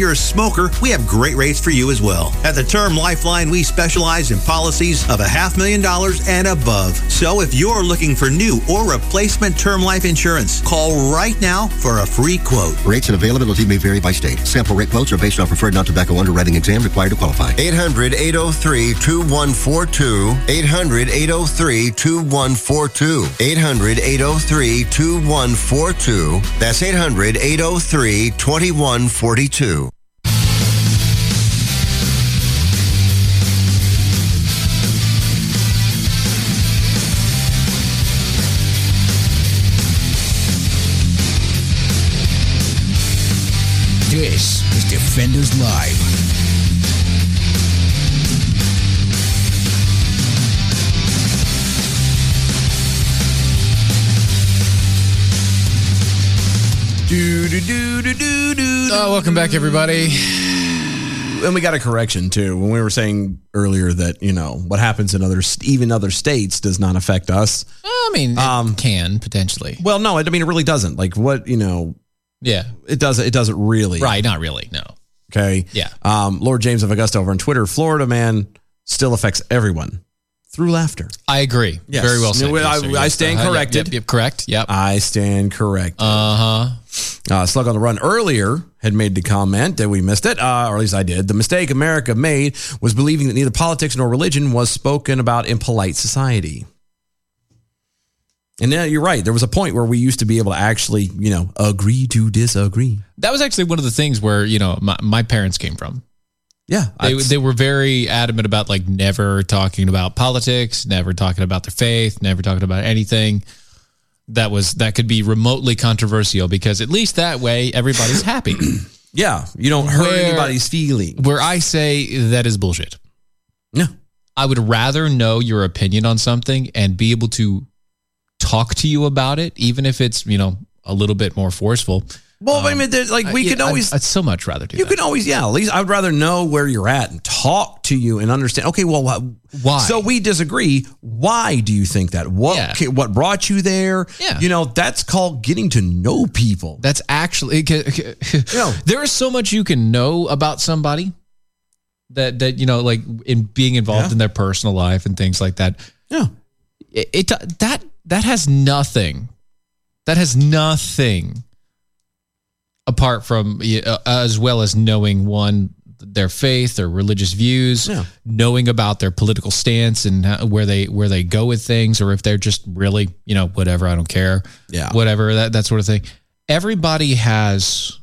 [SPEAKER 8] you're a smoker, we have great rates for you as well. At the Term Lifeline, we specialize in policies of a half million dollars and above. So if you're looking for new or replacement term life insurance, call right now for a free quote.
[SPEAKER 9] Rates and availability may vary by state. Sample rate quotes are based on preferred non-tobacco underwriting exam required to qualify.
[SPEAKER 7] 800-803-2142. 800-803-2142. 800-803-2142. That's 800-803-2142.
[SPEAKER 10] This is Defenders Live.
[SPEAKER 3] Do do do do do do.
[SPEAKER 2] Oh, welcome back, everybody.
[SPEAKER 3] and we got a correction too when we were saying earlier that you know what happens in other even other states does not affect us.
[SPEAKER 2] I mean, it
[SPEAKER 3] Um,
[SPEAKER 2] can potentially.
[SPEAKER 3] Well, no, I mean it really doesn't. Like what you know,
[SPEAKER 2] Yeah.
[SPEAKER 3] it doesn't. It doesn't really.
[SPEAKER 2] Right. Not really. No.
[SPEAKER 3] Okay.
[SPEAKER 2] Yeah.
[SPEAKER 3] Um, Lord James of Augusta over on Twitter, Florida man still affects everyone through laughter.
[SPEAKER 2] I agree.
[SPEAKER 3] Yes.
[SPEAKER 2] Very well
[SPEAKER 3] No,
[SPEAKER 2] said.
[SPEAKER 3] well, I-
[SPEAKER 2] Yes, sir.
[SPEAKER 3] I
[SPEAKER 2] Yes.
[SPEAKER 3] stand
[SPEAKER 2] Uh-huh. Yep,
[SPEAKER 3] corrected.
[SPEAKER 2] Yep, yep, correct. Yep.
[SPEAKER 3] I stand correct.
[SPEAKER 2] Uh huh.
[SPEAKER 3] Uh, Slug on the Run earlier had made the comment that we missed it, uh, or at least I did. The mistake America made was believing that neither politics nor religion was spoken about in polite society. And now you're right. There was a point where we used to be able to actually, you know, agree to disagree.
[SPEAKER 2] That was actually one of the things where you know my, my parents came from.
[SPEAKER 3] Yeah,
[SPEAKER 2] They,
[SPEAKER 3] that's-
[SPEAKER 2] they were very adamant about like never talking about politics, never talking about their faith, never talking about anything that was that could be remotely controversial because at least that way everybody's happy.
[SPEAKER 3] yeah. You don't hurt
[SPEAKER 2] Where-
[SPEAKER 3] anybody's feeling.
[SPEAKER 2] Where I say that is bullshit.
[SPEAKER 3] No.
[SPEAKER 2] I would rather know your opinion on something and be able to talk to you about it, even if it's you know a little bit more forceful.
[SPEAKER 3] Well, I mean, there's, like we
[SPEAKER 2] Um, I- I'd-
[SPEAKER 3] could always.
[SPEAKER 2] I'd, so much rather do
[SPEAKER 3] you
[SPEAKER 2] that.
[SPEAKER 3] can always, yeah. At least I'd rather know where you're at and talk to you and understand. Okay, well, wh-
[SPEAKER 2] Why?
[SPEAKER 3] So we disagree. Why do you think that? What
[SPEAKER 2] Yeah.
[SPEAKER 3] ca- what brought you there?
[SPEAKER 2] Yeah.
[SPEAKER 3] You know, that's called getting to know people.
[SPEAKER 2] That's actually
[SPEAKER 3] No.
[SPEAKER 2] there is so much you can know about somebody that that you know like in being involved
[SPEAKER 3] Yeah.
[SPEAKER 2] in their personal life and things like that.
[SPEAKER 3] yeah.
[SPEAKER 2] It, it that that has nothing. That has nothing apart from uh, as well as knowing one their faith, their religious views,
[SPEAKER 3] Yeah.
[SPEAKER 2] knowing about their political stance and how, where they where they go with things, or if they're just really you know whatever I don't care,
[SPEAKER 3] Yeah.
[SPEAKER 2] whatever that that sort of thing. Everybody has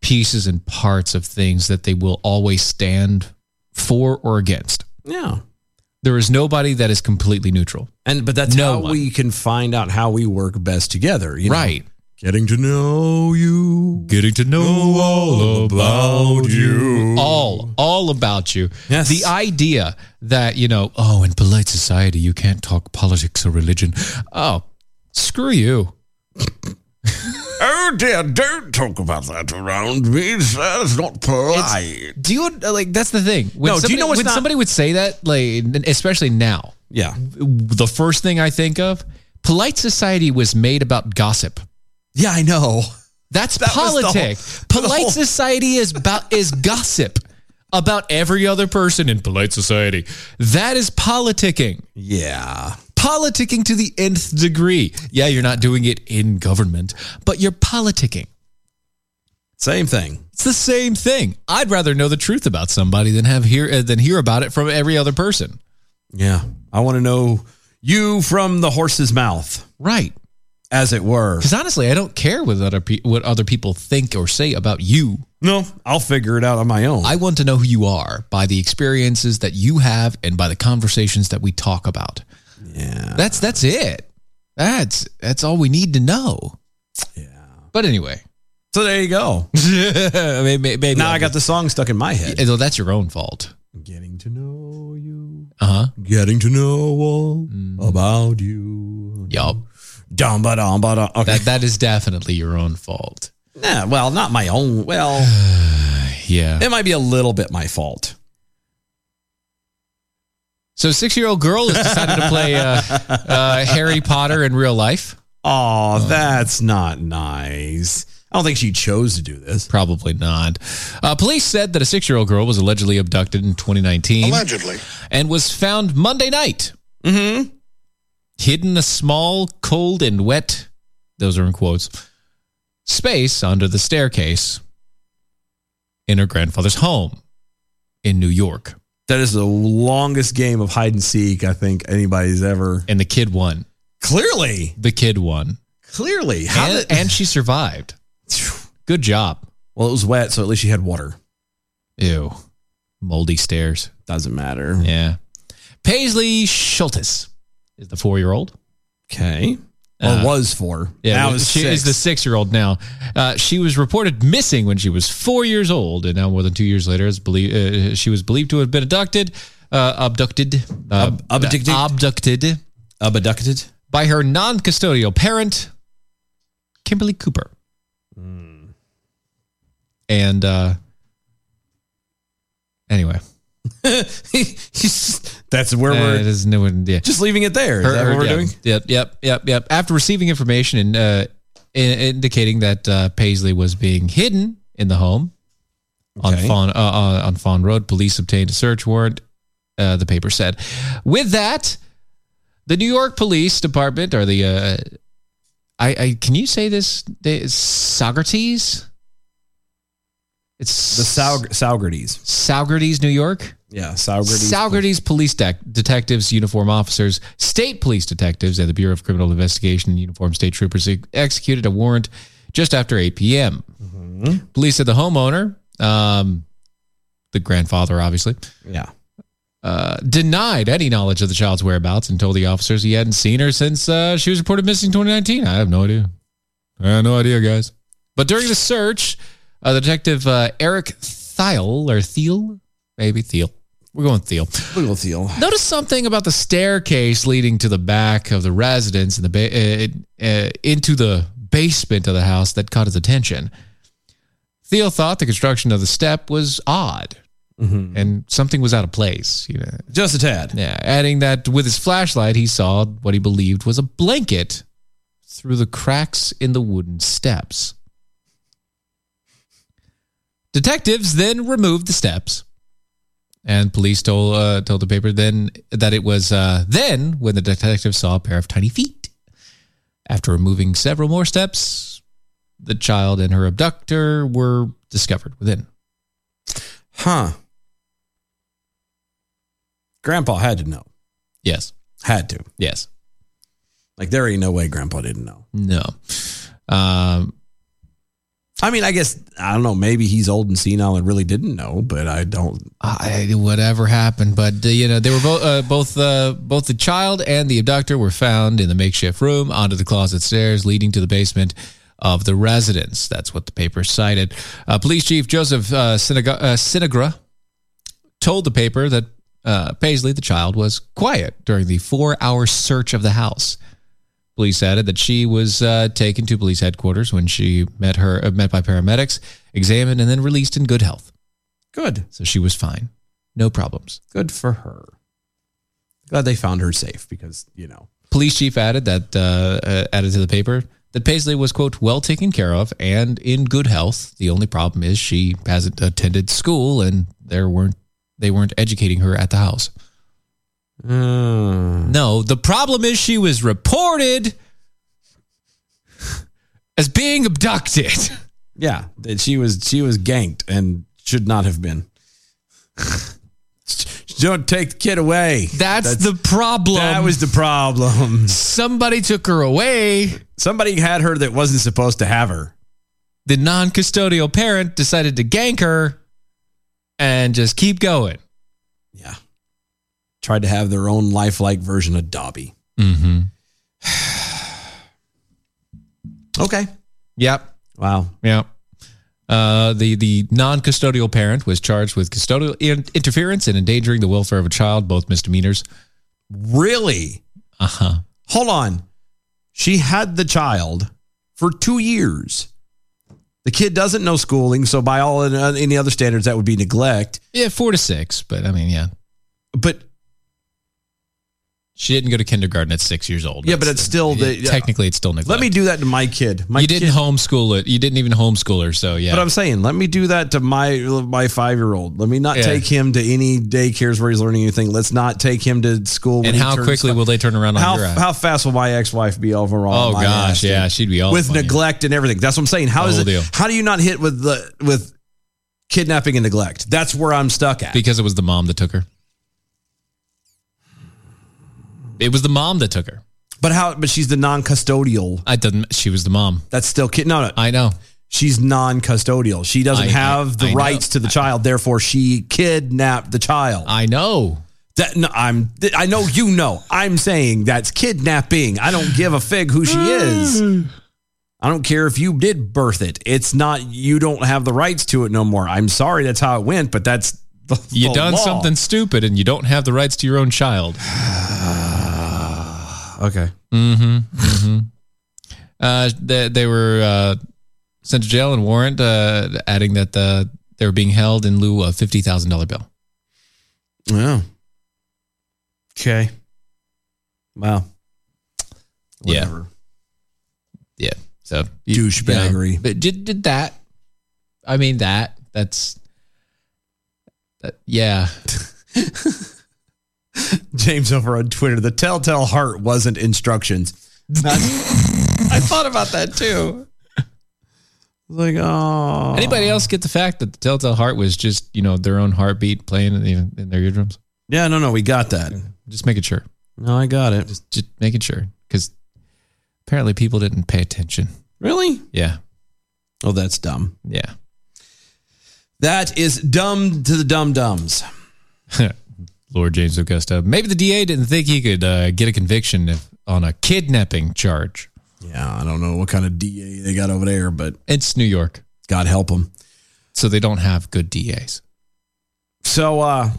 [SPEAKER 2] pieces and parts of things that they will always stand for or against.
[SPEAKER 3] Yeah.
[SPEAKER 2] There is nobody that is completely neutral.
[SPEAKER 3] And but that's how we can find out how we work best together. You know?
[SPEAKER 2] Right.
[SPEAKER 3] Getting to know you.
[SPEAKER 2] Getting to know all
[SPEAKER 3] about you.
[SPEAKER 2] All, all about you.
[SPEAKER 3] Yes.
[SPEAKER 2] The idea that, you know, oh, in polite society, you can't talk politics or religion. Oh, screw you.
[SPEAKER 3] Oh dear, don't talk about that around me. That's not polite.
[SPEAKER 2] Do you like that's the thing?
[SPEAKER 3] No, do you know what's
[SPEAKER 2] when
[SPEAKER 3] not-
[SPEAKER 2] somebody would say that, like especially now,
[SPEAKER 3] Yeah.
[SPEAKER 2] the first thing I think of, polite society was made about gossip.
[SPEAKER 3] Yeah, I know.
[SPEAKER 2] That's
[SPEAKER 3] That was the whole-
[SPEAKER 2] politic.
[SPEAKER 3] the
[SPEAKER 2] polite
[SPEAKER 3] whole-
[SPEAKER 2] society is about is gossip about every other person in polite society. That is politicking.
[SPEAKER 3] Yeah.
[SPEAKER 2] Politicking to the nth degree. Yeah, you're not doing it in government, but you're politicking.
[SPEAKER 3] Same thing.
[SPEAKER 2] It's the same thing. I'd rather know the truth about somebody than have hear uh, than hear about it from every other person.
[SPEAKER 3] Yeah. I want to know you from the horse's mouth,
[SPEAKER 2] Right.
[SPEAKER 3] as it were.
[SPEAKER 2] Because honestly, I don't care what other pe- what other people think or say about you.
[SPEAKER 3] No, I'll figure it out on my own.
[SPEAKER 2] I want to know who you are by the experiences that you have and by the conversations that we talk about.
[SPEAKER 3] yeah.
[SPEAKER 2] That's that's it. That's that's all we need to know.
[SPEAKER 3] Yeah.
[SPEAKER 2] But anyway,
[SPEAKER 3] So there you go.
[SPEAKER 2] maybe, maybe
[SPEAKER 3] now I got the song stuck in my head.
[SPEAKER 2] Though that's your own fault.
[SPEAKER 3] Getting to know you.
[SPEAKER 2] Uh huh.
[SPEAKER 3] Getting to know all about you.
[SPEAKER 2] Mm. Yup.
[SPEAKER 3] Dum ba dum ba dum. Okay.
[SPEAKER 2] That that is definitely your own fault.
[SPEAKER 3] Nah, well, not my own. Well,
[SPEAKER 2] Yeah.
[SPEAKER 3] it might be a little bit my fault.
[SPEAKER 2] So, six year old girl has decided to play uh, uh, Harry Potter in real life.
[SPEAKER 3] Oh,
[SPEAKER 2] Uh.
[SPEAKER 3] that's not nice. I don't think she chose to do this.
[SPEAKER 2] Probably not. Uh, police said that a six year old girl was allegedly abducted in 2019
[SPEAKER 4] Allegedly.
[SPEAKER 2] and was found Monday night hidden in a small, cold, and wet, those are in quotes, space under the staircase in her grandfather's home in New York.
[SPEAKER 3] That is the longest game of hide and seek I think anybody's ever.
[SPEAKER 2] And the kid won.
[SPEAKER 3] Clearly,
[SPEAKER 2] The kid won.
[SPEAKER 3] clearly. How
[SPEAKER 2] And,
[SPEAKER 3] did-
[SPEAKER 2] and she survived. Good job.
[SPEAKER 3] well, it was wet, so at least she had water.
[SPEAKER 2] Ew. Moldy stairs.
[SPEAKER 3] Doesn't matter.
[SPEAKER 2] Yeah. Paisley Schultes is the four year old.
[SPEAKER 3] Okay. Well,
[SPEAKER 2] Uh,
[SPEAKER 3] it was four.
[SPEAKER 2] Yeah,
[SPEAKER 3] now it's
[SPEAKER 2] she
[SPEAKER 3] six.
[SPEAKER 2] is the six year old now. Uh, she was reported missing when she was four years old, and now more than two years later, is believe, uh, she was believed to have been abducted, uh, abducted, uh,
[SPEAKER 3] Ab- abducted.
[SPEAKER 2] abducted
[SPEAKER 3] abducted.
[SPEAKER 2] by her non custodial parent, Kimberly Cooper.
[SPEAKER 3] Hmm.
[SPEAKER 2] And uh, anyway,
[SPEAKER 3] That's where
[SPEAKER 2] uh,
[SPEAKER 3] we're
[SPEAKER 2] it is no one. Yeah.
[SPEAKER 3] just leaving it there. Is that what we're
[SPEAKER 2] yeah,
[SPEAKER 3] doing?
[SPEAKER 2] Yep, yep, yep, yep. After receiving information and uh, in, indicating that uh, Paisley was being hidden in the home
[SPEAKER 3] Okay.
[SPEAKER 2] on Fawn uh, uh, on Fawn Road, police obtained a search warrant. Uh, the paper said. With that, the New York Police Department or the uh, I, I can you say this Da- Socrates? It's
[SPEAKER 3] The Saug- Saugerties.
[SPEAKER 2] Saugerties, New York.
[SPEAKER 3] Yeah, Saugerties.
[SPEAKER 2] Saugerties police dec- detectives, uniform officers, state police detectives, and the Bureau of Criminal Investigation and uniformed state troopers ex- executed a warrant just after 8 p.m. Police said the homeowner, um, the grandfather, obviously,
[SPEAKER 3] yeah.
[SPEAKER 2] uh, denied any knowledge of the child's whereabouts and told the officers he hadn't seen her since uh, she was reported missing in 2019. I have no idea. I have no idea, guys. But during the search, uh, Detective uh, Eric Thiel, or Thiel, maybe Thiel. We're going Thiel.
[SPEAKER 3] Little deal.
[SPEAKER 2] Notice something about the staircase leading to the back of the residence and the ba- uh, uh, into the basement of the house that caught his attention. Theo thought the construction of the step was odd and something was out of place. You know,
[SPEAKER 3] Just a tad.
[SPEAKER 2] Mm-hmm. yeah. Adding that with his flashlight, he saw what he believed was a blanket through the cracks in the wooden steps. Detectives then removed the steps, and police told uh, told the paper then that it was uh, then when the detective saw a pair of tiny feet. After removing several more steps, the child and her abductor were discovered within.
[SPEAKER 3] Huh. Grandpa had to know.
[SPEAKER 2] Yes,
[SPEAKER 3] Had to.
[SPEAKER 2] yes.
[SPEAKER 3] Like there ain't no way Grandpa didn't know.
[SPEAKER 2] No. Um,
[SPEAKER 3] I mean, I guess I don't know. Maybe he's old and senile and really didn't know, but I don't.
[SPEAKER 2] I, whatever happened, but uh, you know they were both uh, both uh, both the child and the abductor were found in the makeshift room onto the closet stairs leading to the basement of the residence. That's what the paper cited. Uh, Police Chief Joseph uh, Sinega, uh, Sinegra told the paper that uh, Paisley, the child, was quiet during the four-hour search of the house. Police added that she was uh, taken to police headquarters when she met her uh, met by paramedics, examined, and then released in good health.
[SPEAKER 3] Good.
[SPEAKER 2] So she was fine. No problems.
[SPEAKER 3] Good for her. Glad they found her safe because, you know.
[SPEAKER 2] Police chief added that uh, uh, added to the paper that Paisley was quote well taken care of and in good health. The only problem is she hasn't attended school and there weren't they weren't educating her at the house.
[SPEAKER 3] Uh,
[SPEAKER 2] No, the problem is she was reported as being abducted.
[SPEAKER 3] Yeah, that she was she was ganked and should not have been. Don't take the kid away.
[SPEAKER 2] That's, the problem.
[SPEAKER 3] That was the problem.
[SPEAKER 2] Somebody took her away.
[SPEAKER 3] Somebody had her that wasn't supposed to have her.
[SPEAKER 2] The non-custodial parent decided to gank her and just keep going.
[SPEAKER 3] Tried to have their own lifelike version of Dobby.
[SPEAKER 2] Mm-hmm.
[SPEAKER 3] Okay.
[SPEAKER 2] Yep.
[SPEAKER 3] Wow.
[SPEAKER 2] Yep. Uh, the the non custodial parent was charged with custodial in- interference and endangering the welfare of a child, both misdemeanors.
[SPEAKER 3] Really?
[SPEAKER 2] Uh huh.
[SPEAKER 3] Hold on. She had the child for two years. The kid doesn't know schooling, so by all and uh, any other standards, that would be neglect.
[SPEAKER 2] Yeah, four to six, but I mean, yeah.
[SPEAKER 3] But
[SPEAKER 2] She didn't go to kindergarten at six years old.
[SPEAKER 3] Yeah, but
[SPEAKER 2] That's
[SPEAKER 3] it's still the-
[SPEAKER 2] technically it's still neglect.
[SPEAKER 3] let me do that to my kid. My
[SPEAKER 2] you didn't
[SPEAKER 3] kid-
[SPEAKER 2] homeschool it. You didn't even homeschool her. So yeah,
[SPEAKER 3] But I'm saying, let me do that to my my five year old. Let me not
[SPEAKER 2] Yeah.
[SPEAKER 3] take him to any daycares where he's learning anything. Let's not take him to school. when
[SPEAKER 2] and
[SPEAKER 3] he
[SPEAKER 2] how
[SPEAKER 3] turns
[SPEAKER 2] quickly
[SPEAKER 3] five.
[SPEAKER 2] will they turn around on
[SPEAKER 3] how
[SPEAKER 2] your ass?
[SPEAKER 3] how fast will my ex wife be overall?
[SPEAKER 2] Oh,
[SPEAKER 3] my
[SPEAKER 2] gosh,
[SPEAKER 3] dude?
[SPEAKER 2] yeah, she'd be all
[SPEAKER 3] with
[SPEAKER 2] up on you.
[SPEAKER 3] neglect and everything. That's what I'm saying. How
[SPEAKER 2] The
[SPEAKER 3] is
[SPEAKER 2] whole
[SPEAKER 3] it?
[SPEAKER 2] deal.
[SPEAKER 3] How do you not hit with the with kidnapping and neglect? That's where I'm stuck at.
[SPEAKER 2] because it was the mom that took her. It was the mom that took her.
[SPEAKER 3] But how? But she's the non custodial.
[SPEAKER 2] I didn't. She was the mom.
[SPEAKER 3] That's still kid. No, no.
[SPEAKER 2] I know.
[SPEAKER 3] She's non custodial. She doesn't
[SPEAKER 2] I-
[SPEAKER 3] have the
[SPEAKER 2] I know.
[SPEAKER 3] rights to the child. Therefore, she kidnapped the child.
[SPEAKER 2] I know.
[SPEAKER 3] That no, I'm. th- I know you know. I'm saying that's kidnapping. I don't give a fig who she is. I don't care if you did birth it. It's not. You don't have the rights to it no more. I'm sorry. That's how it went. But that's the,
[SPEAKER 2] You
[SPEAKER 3] the
[SPEAKER 2] done
[SPEAKER 3] law.
[SPEAKER 2] something stupid, and you don't have the rights to your own child.
[SPEAKER 3] Okay.
[SPEAKER 2] Mm-hmm. hmm Uh, they, they were uh, sent to jail and warrant, uh, adding that the, they were being held in lieu of fifty thousand dollar bill.
[SPEAKER 3] Yeah. Okay. Wow.
[SPEAKER 2] Yeah.
[SPEAKER 3] Whatever.
[SPEAKER 2] Yeah. So
[SPEAKER 3] Douchebaggery.
[SPEAKER 2] you know, but did, did that? I mean that. That's. That, yeah.
[SPEAKER 3] James over on Twitter. The telltale heart wasn't instructions. I thought about that too. I was like, oh.
[SPEAKER 2] Anybody else get the fact that the Telltale Heart was just you know their own heartbeat playing in, the, in their eardrums?
[SPEAKER 3] Yeah, no, no, we got that.
[SPEAKER 2] Just making sure.
[SPEAKER 3] No, I got it.
[SPEAKER 2] Just, just making sure because apparently people didn't pay attention.
[SPEAKER 3] Really?
[SPEAKER 2] Yeah.
[SPEAKER 3] Oh, that's dumb.
[SPEAKER 2] Yeah.
[SPEAKER 3] That is dumb to the dumb dumbs.
[SPEAKER 2] Lord James Augusta. Maybe the DA didn't think he could uh, get a conviction if, on a kidnapping charge.
[SPEAKER 3] Yeah, I don't know what kind of DA they got over there, but
[SPEAKER 2] It's New York,
[SPEAKER 3] God help them.
[SPEAKER 2] so they don't have good DAs.
[SPEAKER 3] So, uh,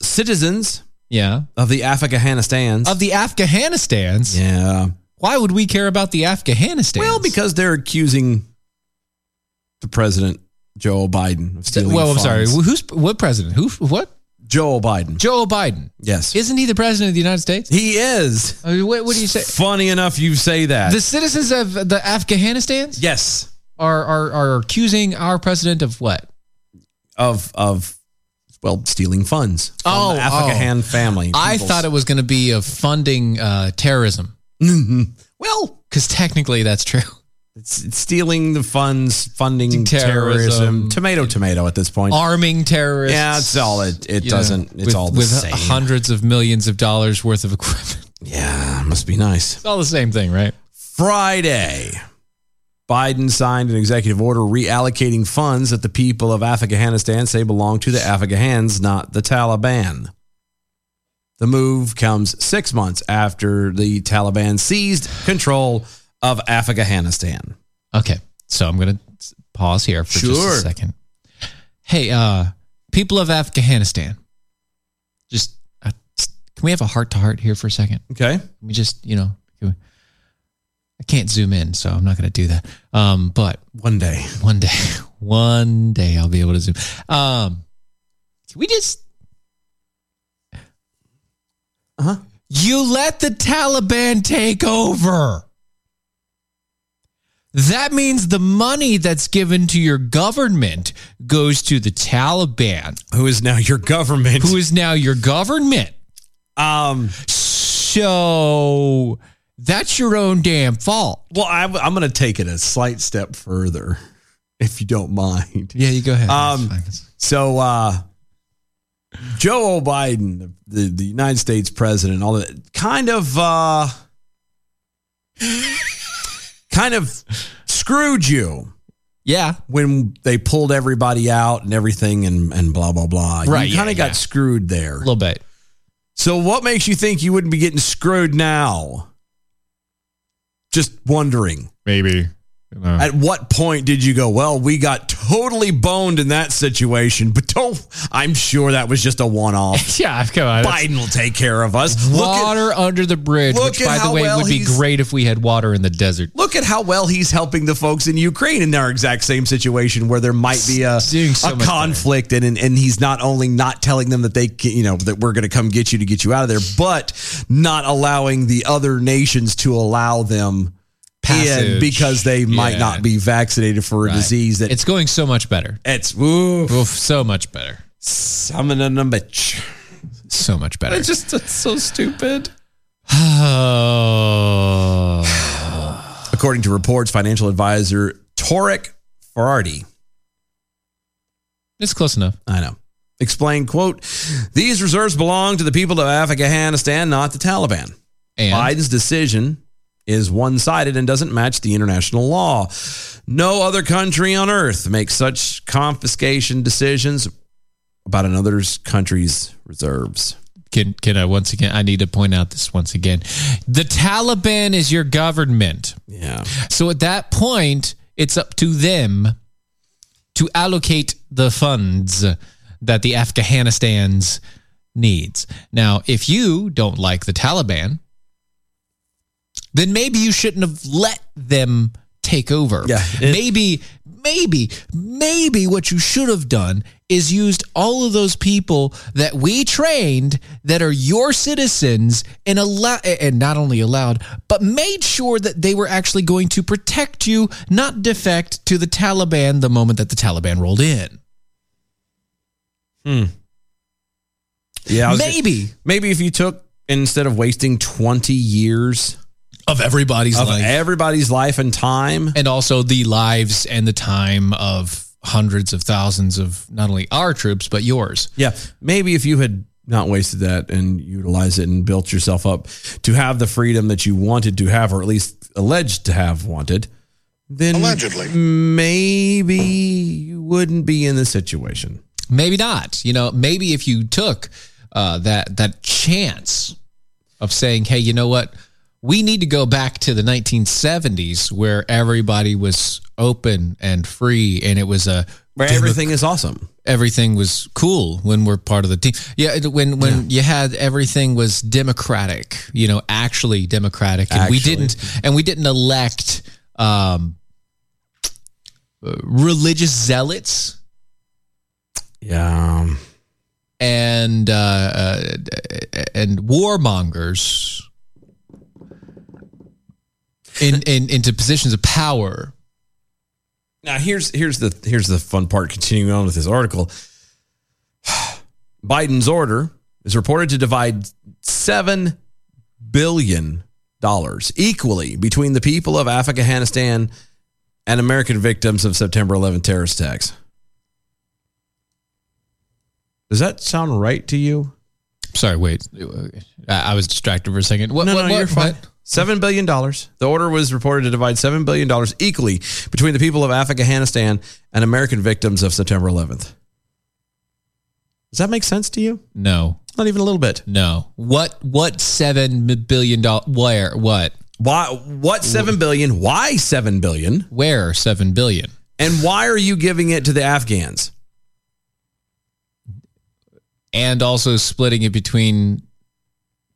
[SPEAKER 3] citizens
[SPEAKER 2] Yeah.
[SPEAKER 3] of the Afghanistan's.
[SPEAKER 2] Of the Afghanistan's,
[SPEAKER 3] yeah.
[SPEAKER 2] why would we care about the Afghanistan?
[SPEAKER 3] Well, because they're accusing the president, Joe Biden, of stealing.
[SPEAKER 2] well, I'm sorry.
[SPEAKER 3] funds.
[SPEAKER 2] wh- Who's what president? Who? What?
[SPEAKER 3] Joe Biden.
[SPEAKER 2] Joe Biden.
[SPEAKER 3] Yes.
[SPEAKER 2] Isn't he the president of the United States?
[SPEAKER 3] he is.
[SPEAKER 2] I mean, what, what do you say?
[SPEAKER 3] Funny enough, you say that.
[SPEAKER 2] The citizens of the Afghanistan's
[SPEAKER 3] yes.
[SPEAKER 2] are, are are accusing our president of what?
[SPEAKER 3] Of, of, well, stealing funds. From
[SPEAKER 2] Oh,
[SPEAKER 3] the Afghan
[SPEAKER 2] oh.
[SPEAKER 3] family.
[SPEAKER 2] I thought it was going to be of funding uh, terrorism
[SPEAKER 3] Well,
[SPEAKER 2] because technically that's true.
[SPEAKER 3] It's, it's stealing the funds, funding terrorism.
[SPEAKER 2] Terrorism.
[SPEAKER 3] tomato, tomato. At this point,
[SPEAKER 2] Arming terrorists.
[SPEAKER 3] Yeah, it's all- it- it
[SPEAKER 2] you know,
[SPEAKER 3] doesn't- it's
[SPEAKER 2] with-
[SPEAKER 3] all the
[SPEAKER 2] with
[SPEAKER 3] same.
[SPEAKER 2] hundreds of millions of dollars worth of equipment.
[SPEAKER 3] yeah, must be nice.
[SPEAKER 2] It's all the same thing, right?
[SPEAKER 3] Friday, Biden signed an executive order reallocating funds that the people of Afghanistan say belong to the Afghans, not the Taliban. The move comes six months after the Taliban seized control of Afghanistan.
[SPEAKER 2] Okay, so I'm going to pause here for
[SPEAKER 3] Sure.
[SPEAKER 2] just a second. Hey, uh, people of Afghanistan, just uh, can we have a heart to heart here for a second?
[SPEAKER 3] Okay,
[SPEAKER 2] let me just you know, can we- I can't zoom in, so I'm not going to do that. Um, but
[SPEAKER 3] one day,
[SPEAKER 2] one day, one day, I'll be able to zoom. Um, can we just?
[SPEAKER 3] Uh huh.
[SPEAKER 2] You let the Taliban take over. That means the money that's given to your government goes to the Taliban,
[SPEAKER 3] who is now your government.
[SPEAKER 2] Who is now your government?
[SPEAKER 3] Um,
[SPEAKER 2] so that's your own damn fault.
[SPEAKER 3] Well, I, I'm going to take it a slight step further, if you don't mind.
[SPEAKER 2] Yeah, you go ahead.
[SPEAKER 3] Um, so, uh, Joe O. Biden, the, the, the United States president, all that kind of, uh, kind of screwed you.
[SPEAKER 2] Yeah.
[SPEAKER 3] When they pulled everybody out and everything and, and blah, blah, blah.
[SPEAKER 2] Right,
[SPEAKER 3] You kind
[SPEAKER 2] yeah,
[SPEAKER 3] of got
[SPEAKER 2] yeah.
[SPEAKER 3] screwed there. A
[SPEAKER 2] little bit.
[SPEAKER 3] So, what makes you think you wouldn't be getting screwed now? Just wondering.
[SPEAKER 2] Maybe.
[SPEAKER 3] At what point did you go, well, we got totally boned in that situation, but don't, I'm sure that was just a one off.
[SPEAKER 2] yeah, come on.
[SPEAKER 3] Biden will take care of us. Look at,
[SPEAKER 2] Water under the bridge,
[SPEAKER 3] look
[SPEAKER 2] which,
[SPEAKER 3] at
[SPEAKER 2] by the
[SPEAKER 3] how
[SPEAKER 2] way,
[SPEAKER 3] well
[SPEAKER 2] would be
[SPEAKER 3] he's-
[SPEAKER 2] great if we had water in the desert.
[SPEAKER 3] look at how well he's helping the folks in Ukraine in their exact same situation where there might be a,
[SPEAKER 2] Doing so
[SPEAKER 3] a
[SPEAKER 2] much
[SPEAKER 3] conflict and, and and he's not only not telling them that they can, you know that we're going to come get you to get you out of there but not allowing the other nations to allow them in
[SPEAKER 2] Passage.
[SPEAKER 3] because they might
[SPEAKER 2] Yeah.
[SPEAKER 3] not be vaccinated for a
[SPEAKER 2] Right.
[SPEAKER 3] disease that
[SPEAKER 2] It's going so much better.
[SPEAKER 3] It's woof.
[SPEAKER 2] so much better.
[SPEAKER 3] Summon a bitch.
[SPEAKER 2] So much better.
[SPEAKER 3] just it's so stupid.
[SPEAKER 2] Oh.
[SPEAKER 3] According to reports, financial advisor Torek Ferrardi
[SPEAKER 2] It's close enough.
[SPEAKER 3] I know. Explain, quote, these reserves belong to the people of Afghanistan, not the Taliban. Biden's decision is one sided and doesn't match the international law. No other country on earth makes such confiscation decisions about another country's reserves.
[SPEAKER 2] Can can I once again? I need to point out this once again. The Taliban is your government.
[SPEAKER 3] Yeah.
[SPEAKER 2] So at that point, it's up to them to allocate the funds that the Afghanistan's needs. Now, if you don't like the Taliban, then maybe you shouldn't have let them take over.
[SPEAKER 3] Yeah.
[SPEAKER 2] maybe, maybe, maybe what you should have done is used all of those people that we trained that are your citizens and allow and not only allowed, but made sure that they were actually going to protect you, not defect to the Taliban the moment that the Taliban rolled in.
[SPEAKER 3] Hmm. Yeah. I was-
[SPEAKER 2] Maybe.
[SPEAKER 3] maybe if you took, instead of wasting 20 years
[SPEAKER 2] Of everybody's
[SPEAKER 3] of
[SPEAKER 2] life.
[SPEAKER 3] everybody's life and time,
[SPEAKER 2] and also the lives and the time of hundreds of thousands of not only our troops but yours.
[SPEAKER 3] Yeah. Maybe if you had not wasted that and utilized it and built yourself up to have the freedom that you wanted to have, or at least alleged to have wanted, then
[SPEAKER 4] Allegedly.
[SPEAKER 3] maybe you wouldn't be in this situation.
[SPEAKER 2] Maybe not. You know, maybe if you took uh, that that chance of saying, "Hey, you know what? We need to go back to the 1970s where everybody was open and free, and it was a
[SPEAKER 3] Where everything is awesome.
[SPEAKER 2] everything was cool when we're part of the team. Yeah, it- when when you had everything was democratic, you know, actually democratic, and we
[SPEAKER 3] Actually.
[SPEAKER 2] didn't and we didn't elect um, uh, religious zealots
[SPEAKER 3] Yeah.
[SPEAKER 2] and uh, uh, and warmongers in, in into positions of power.
[SPEAKER 3] Now here's here's the here's the fun part. Continuing on with this article, Biden's order is reported to divide seven billion dollars equally between the people of Afghanistan and American victims of September 11 terrorist attacks. Does that sound right to you?
[SPEAKER 2] Sorry, wait. I I was distracted for a second. What?
[SPEAKER 3] no,
[SPEAKER 2] what,
[SPEAKER 3] no,
[SPEAKER 2] what,
[SPEAKER 3] you're fine.
[SPEAKER 2] what?
[SPEAKER 3] Seven billion dollars. The order was reported to divide seven billion dollars equally between the people of Afghanistan and American victims of September 11th. Does that make sense to you?
[SPEAKER 2] No,
[SPEAKER 3] not even a little bit.
[SPEAKER 2] No. What? What? Seven billion dollars? Where? What?
[SPEAKER 3] Why? What? Seven billion? Why seven billion?
[SPEAKER 2] Where seven billion?
[SPEAKER 3] And why are you giving it to the Afghans?
[SPEAKER 2] And also splitting it between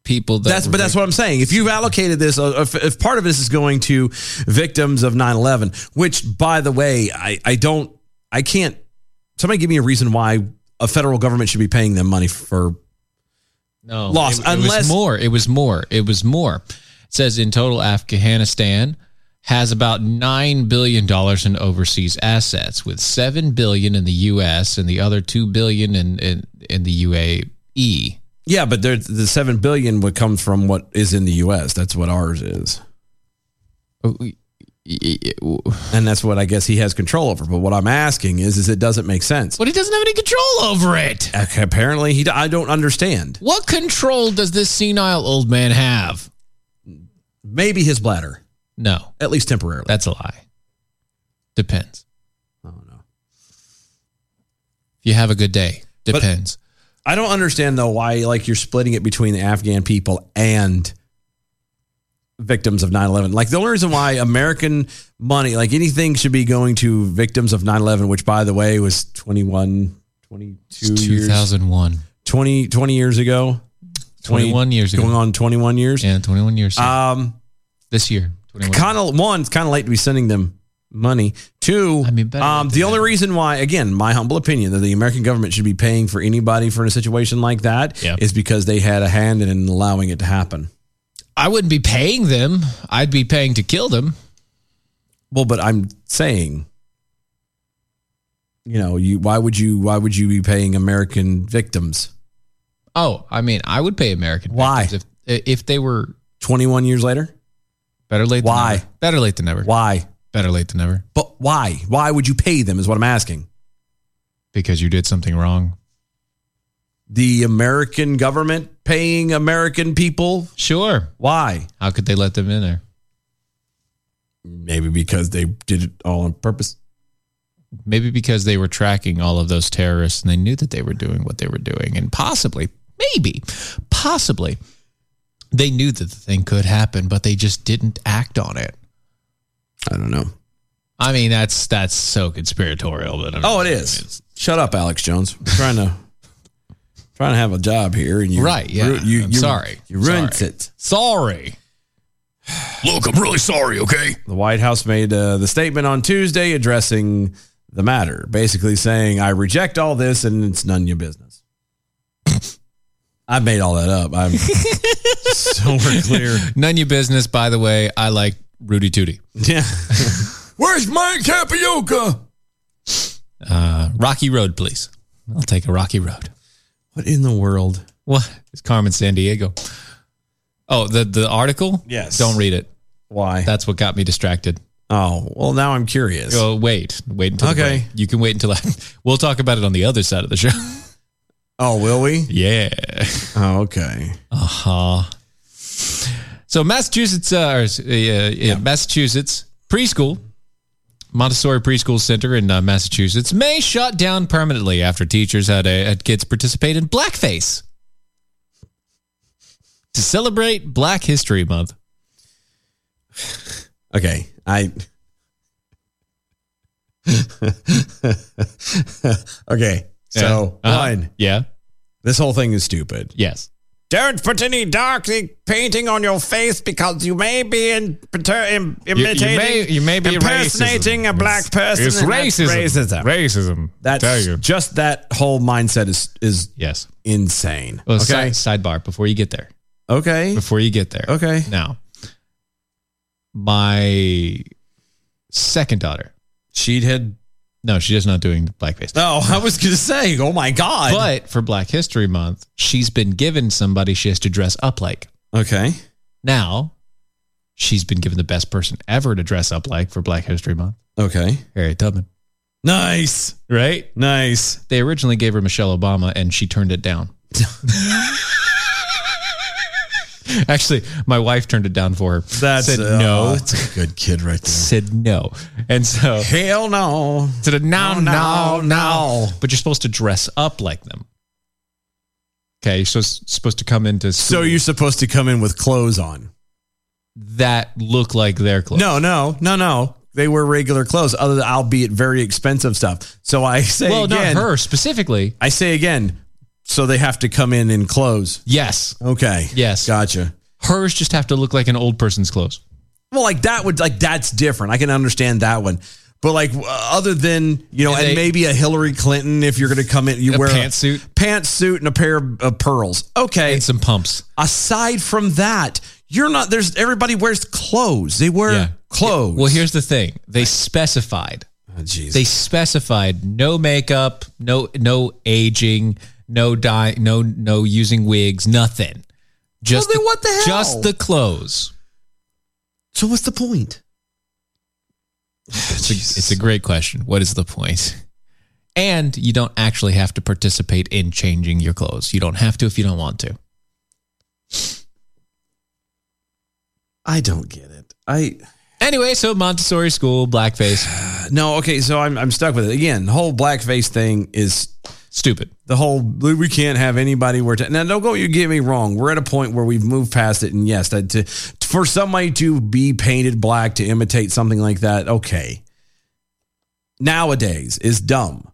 [SPEAKER 2] people. That
[SPEAKER 3] that's
[SPEAKER 2] were
[SPEAKER 3] but that's what I'm saying. If you've allocated this, uh, if, if part of this is going to victims of 9/11, which by the way, I I don't I can't. Somebody give me a reason why a federal government should be paying them money for
[SPEAKER 2] No,
[SPEAKER 3] lost,
[SPEAKER 2] It, it
[SPEAKER 3] unless-
[SPEAKER 2] was more. It was more. It was more. It says in total, Afghanistan has about nine billion dollars in overseas assets, with seven billion in the U.S. and the other two billion in in, in the E. UAE.
[SPEAKER 3] Yeah, but there, the seven billion would come from what is in the U.S. That's what ours is, and that's what I guess he has control over. But what I'm asking is, is it doesn't make sense.
[SPEAKER 2] But he doesn't have any control over it.
[SPEAKER 3] Okay, Apparently, he. I don't understand.
[SPEAKER 2] What control does this senile old man have?
[SPEAKER 3] Maybe his bladder.
[SPEAKER 2] No,
[SPEAKER 3] at least temporarily.
[SPEAKER 2] That's a lie. Depends.
[SPEAKER 3] Oh no.
[SPEAKER 2] If you have a good day, depends.
[SPEAKER 3] I don't understand though why like you're splitting it between the Afghan people and victims of 9/11. Like the only reason why American money, like anything should be going to victims of 9/11, which by the way was 21 22 years
[SPEAKER 2] 2001.
[SPEAKER 3] 20 20 years ago.
[SPEAKER 2] 21 years ago.
[SPEAKER 3] Going on 21 years.
[SPEAKER 2] Yeah, 21 years.
[SPEAKER 3] Um
[SPEAKER 2] this year.
[SPEAKER 3] Kind of one, it's kind of late to be sending them money. Two, I mean, um, the only reason why, again, my humble opinion that the American government should be paying for anybody for a situation like that is because they had a hand in allowing it to happen.
[SPEAKER 2] I wouldn't be paying them. I'd be paying to kill them.
[SPEAKER 3] Well, but I'm saying, you know, you why would you why would you be paying American victims?
[SPEAKER 2] Oh, I mean, I would pay American. Why? If eh, if they were
[SPEAKER 3] 21 years later,
[SPEAKER 2] better late.
[SPEAKER 3] Why?
[SPEAKER 2] Than never. Better late than never.
[SPEAKER 3] Why?
[SPEAKER 2] Better late than never.
[SPEAKER 3] But why? Why would you pay them? Is what I'm asking.
[SPEAKER 2] Because you did something wrong.
[SPEAKER 3] The American government paying American people?
[SPEAKER 2] Sure.
[SPEAKER 3] Why?
[SPEAKER 2] How could they let them in there?
[SPEAKER 3] Maybe because they did it all on purpose.
[SPEAKER 2] Maybe because they were tracking all of those terrorists and they knew that they were doing what they were doing, and possibly, maybe, possibly, they knew that the thing could happen, but they just didn't act on it.
[SPEAKER 3] I don't know.
[SPEAKER 2] I mean, that's that's so conspiratorial. But I don't
[SPEAKER 3] Oh, it
[SPEAKER 2] know.
[SPEAKER 3] is. Shut up, Alex Jones. I'm trying to trying to have a job here, and you
[SPEAKER 2] Right, yeah.
[SPEAKER 3] ru- you,
[SPEAKER 2] I'm
[SPEAKER 3] you
[SPEAKER 2] sorry.
[SPEAKER 3] you ruined
[SPEAKER 2] Sorry.
[SPEAKER 3] it.
[SPEAKER 2] Sorry.
[SPEAKER 3] Look, I'm really sorry. Okay. The White House made uh, the statement on Tuesday addressing the matter, basically saying, "I reject all this, and it's none of your business." I made all that up. I'm so we're clear.
[SPEAKER 2] None of your business. By the way, I like Rudy Tooty.
[SPEAKER 3] Yeah. Where's my tapioca?
[SPEAKER 2] Uh, rocky Road, please. I'll take a Rocky Road.
[SPEAKER 3] What in the world?
[SPEAKER 2] What is Carmen San Diego? Oh, the the article.
[SPEAKER 3] Yes.
[SPEAKER 2] Don't read it.
[SPEAKER 3] Why?
[SPEAKER 2] That's what got me distracted.
[SPEAKER 3] Oh well, now I'm curious.
[SPEAKER 2] Oh, wait, wait until.
[SPEAKER 3] Okay.
[SPEAKER 2] Okay. You can wait until I. We'll talk about it on the other side of the show.
[SPEAKER 3] Oh, will we?
[SPEAKER 2] Yeah.
[SPEAKER 3] Oh, okay.
[SPEAKER 2] Uh huh. So Massachusetts, uh, or, uh, yeah, yeah, Massachusetts preschool, Montessori preschool center in uh, Massachusetts may shut down permanently after teachers had, uh, had kids participate in blackface to celebrate Black History Month.
[SPEAKER 3] Okay, I. okay, so
[SPEAKER 2] Yeah. Uh-huh.
[SPEAKER 3] one,
[SPEAKER 2] yeah,
[SPEAKER 3] this whole thing is stupid.
[SPEAKER 2] Yes,
[SPEAKER 3] Don't put any dark painting on your face because you may be in, imitating,
[SPEAKER 2] You- you may, you may be
[SPEAKER 3] impersonating
[SPEAKER 2] racism.
[SPEAKER 3] a black person.
[SPEAKER 2] It's
[SPEAKER 3] and that's
[SPEAKER 2] racism.
[SPEAKER 3] racism.
[SPEAKER 2] Racism.
[SPEAKER 3] That's
[SPEAKER 2] Tell you.
[SPEAKER 3] just that whole mindset is is
[SPEAKER 2] yes
[SPEAKER 3] insane.
[SPEAKER 2] Well,
[SPEAKER 3] okay,
[SPEAKER 2] si- sidebar before you get there.
[SPEAKER 3] okay,
[SPEAKER 2] Before you get there.
[SPEAKER 3] okay.
[SPEAKER 2] Now, my second daughter,
[SPEAKER 3] she had
[SPEAKER 2] no, she is not doing blackface.
[SPEAKER 3] No, I was gonna say, oh my god.
[SPEAKER 2] But for Black History Month, she's been given somebody she has to dress up like.
[SPEAKER 3] okay,
[SPEAKER 2] Now, she's been given the best person ever to dress up like for Black History Month,
[SPEAKER 3] okay,
[SPEAKER 2] Harriet Tubman.
[SPEAKER 3] nice,
[SPEAKER 2] Right?
[SPEAKER 3] nice.
[SPEAKER 2] They originally gave her Michelle Obama, and she turned it down. Actually, my wife turned it down for her.
[SPEAKER 3] That's-
[SPEAKER 2] said
[SPEAKER 3] uh,
[SPEAKER 2] no.
[SPEAKER 3] that's a good kid right there.
[SPEAKER 2] Said no, and so
[SPEAKER 3] hell no.
[SPEAKER 2] Said no, no,
[SPEAKER 3] No,
[SPEAKER 2] no,
[SPEAKER 3] no, no.
[SPEAKER 2] But you're supposed to dress up like them. Okay, you're supposed supposed to come into school
[SPEAKER 3] So you're supposed to come in with clothes on.
[SPEAKER 2] that look like their clothes.
[SPEAKER 3] No, no, no, no. They wear regular clothes, other than albeit very expensive stuff. So I say
[SPEAKER 2] well,
[SPEAKER 3] again,
[SPEAKER 2] not her specifically.
[SPEAKER 3] I say again, so they have to come in in clothes.
[SPEAKER 2] Yes.
[SPEAKER 3] Okay.
[SPEAKER 2] Yes.
[SPEAKER 3] Gotcha.
[SPEAKER 2] Hers just have to look like an old person's clothes.
[SPEAKER 3] Well, like that would like that's different. I can understand that one. But like uh, other than you know,
[SPEAKER 2] And
[SPEAKER 3] and,
[SPEAKER 2] they-
[SPEAKER 3] maybe a Hillary Clinton, if you're going to come in, you
[SPEAKER 2] A
[SPEAKER 3] wear
[SPEAKER 2] pantsuit?
[SPEAKER 3] pantsuit, and a pair of, of pearls. Okay,
[SPEAKER 2] and some pumps.
[SPEAKER 3] Aside from that, you're not. There's everybody wears clothes. They wear clothes.
[SPEAKER 2] Well, here's the thing. They specified.
[SPEAKER 3] Jesus.
[SPEAKER 2] They specified no makeup, no no aging, no dye, no no using wigs, nothing. Just
[SPEAKER 3] Well, then what the hell?
[SPEAKER 2] Just the clothes.
[SPEAKER 3] so what's the point?
[SPEAKER 2] It's a, it's a great question. What is the point? And you don't actually have to participate in changing your clothes. You don't have to if you don't want to.
[SPEAKER 3] I don't get it. I
[SPEAKER 2] Anyway, so Montessori school, blackface,
[SPEAKER 3] no. Okay, so I'm I'm stuck with it again. The whole blackface thing is
[SPEAKER 2] stupid.
[SPEAKER 3] the whole we can't have anybody wear. ta- now, don't go. You get me wrong. We're at a point where we've moved past it, and yes, that to for somebody to be painted black to imitate something like that, okay. Nowadays is dumb.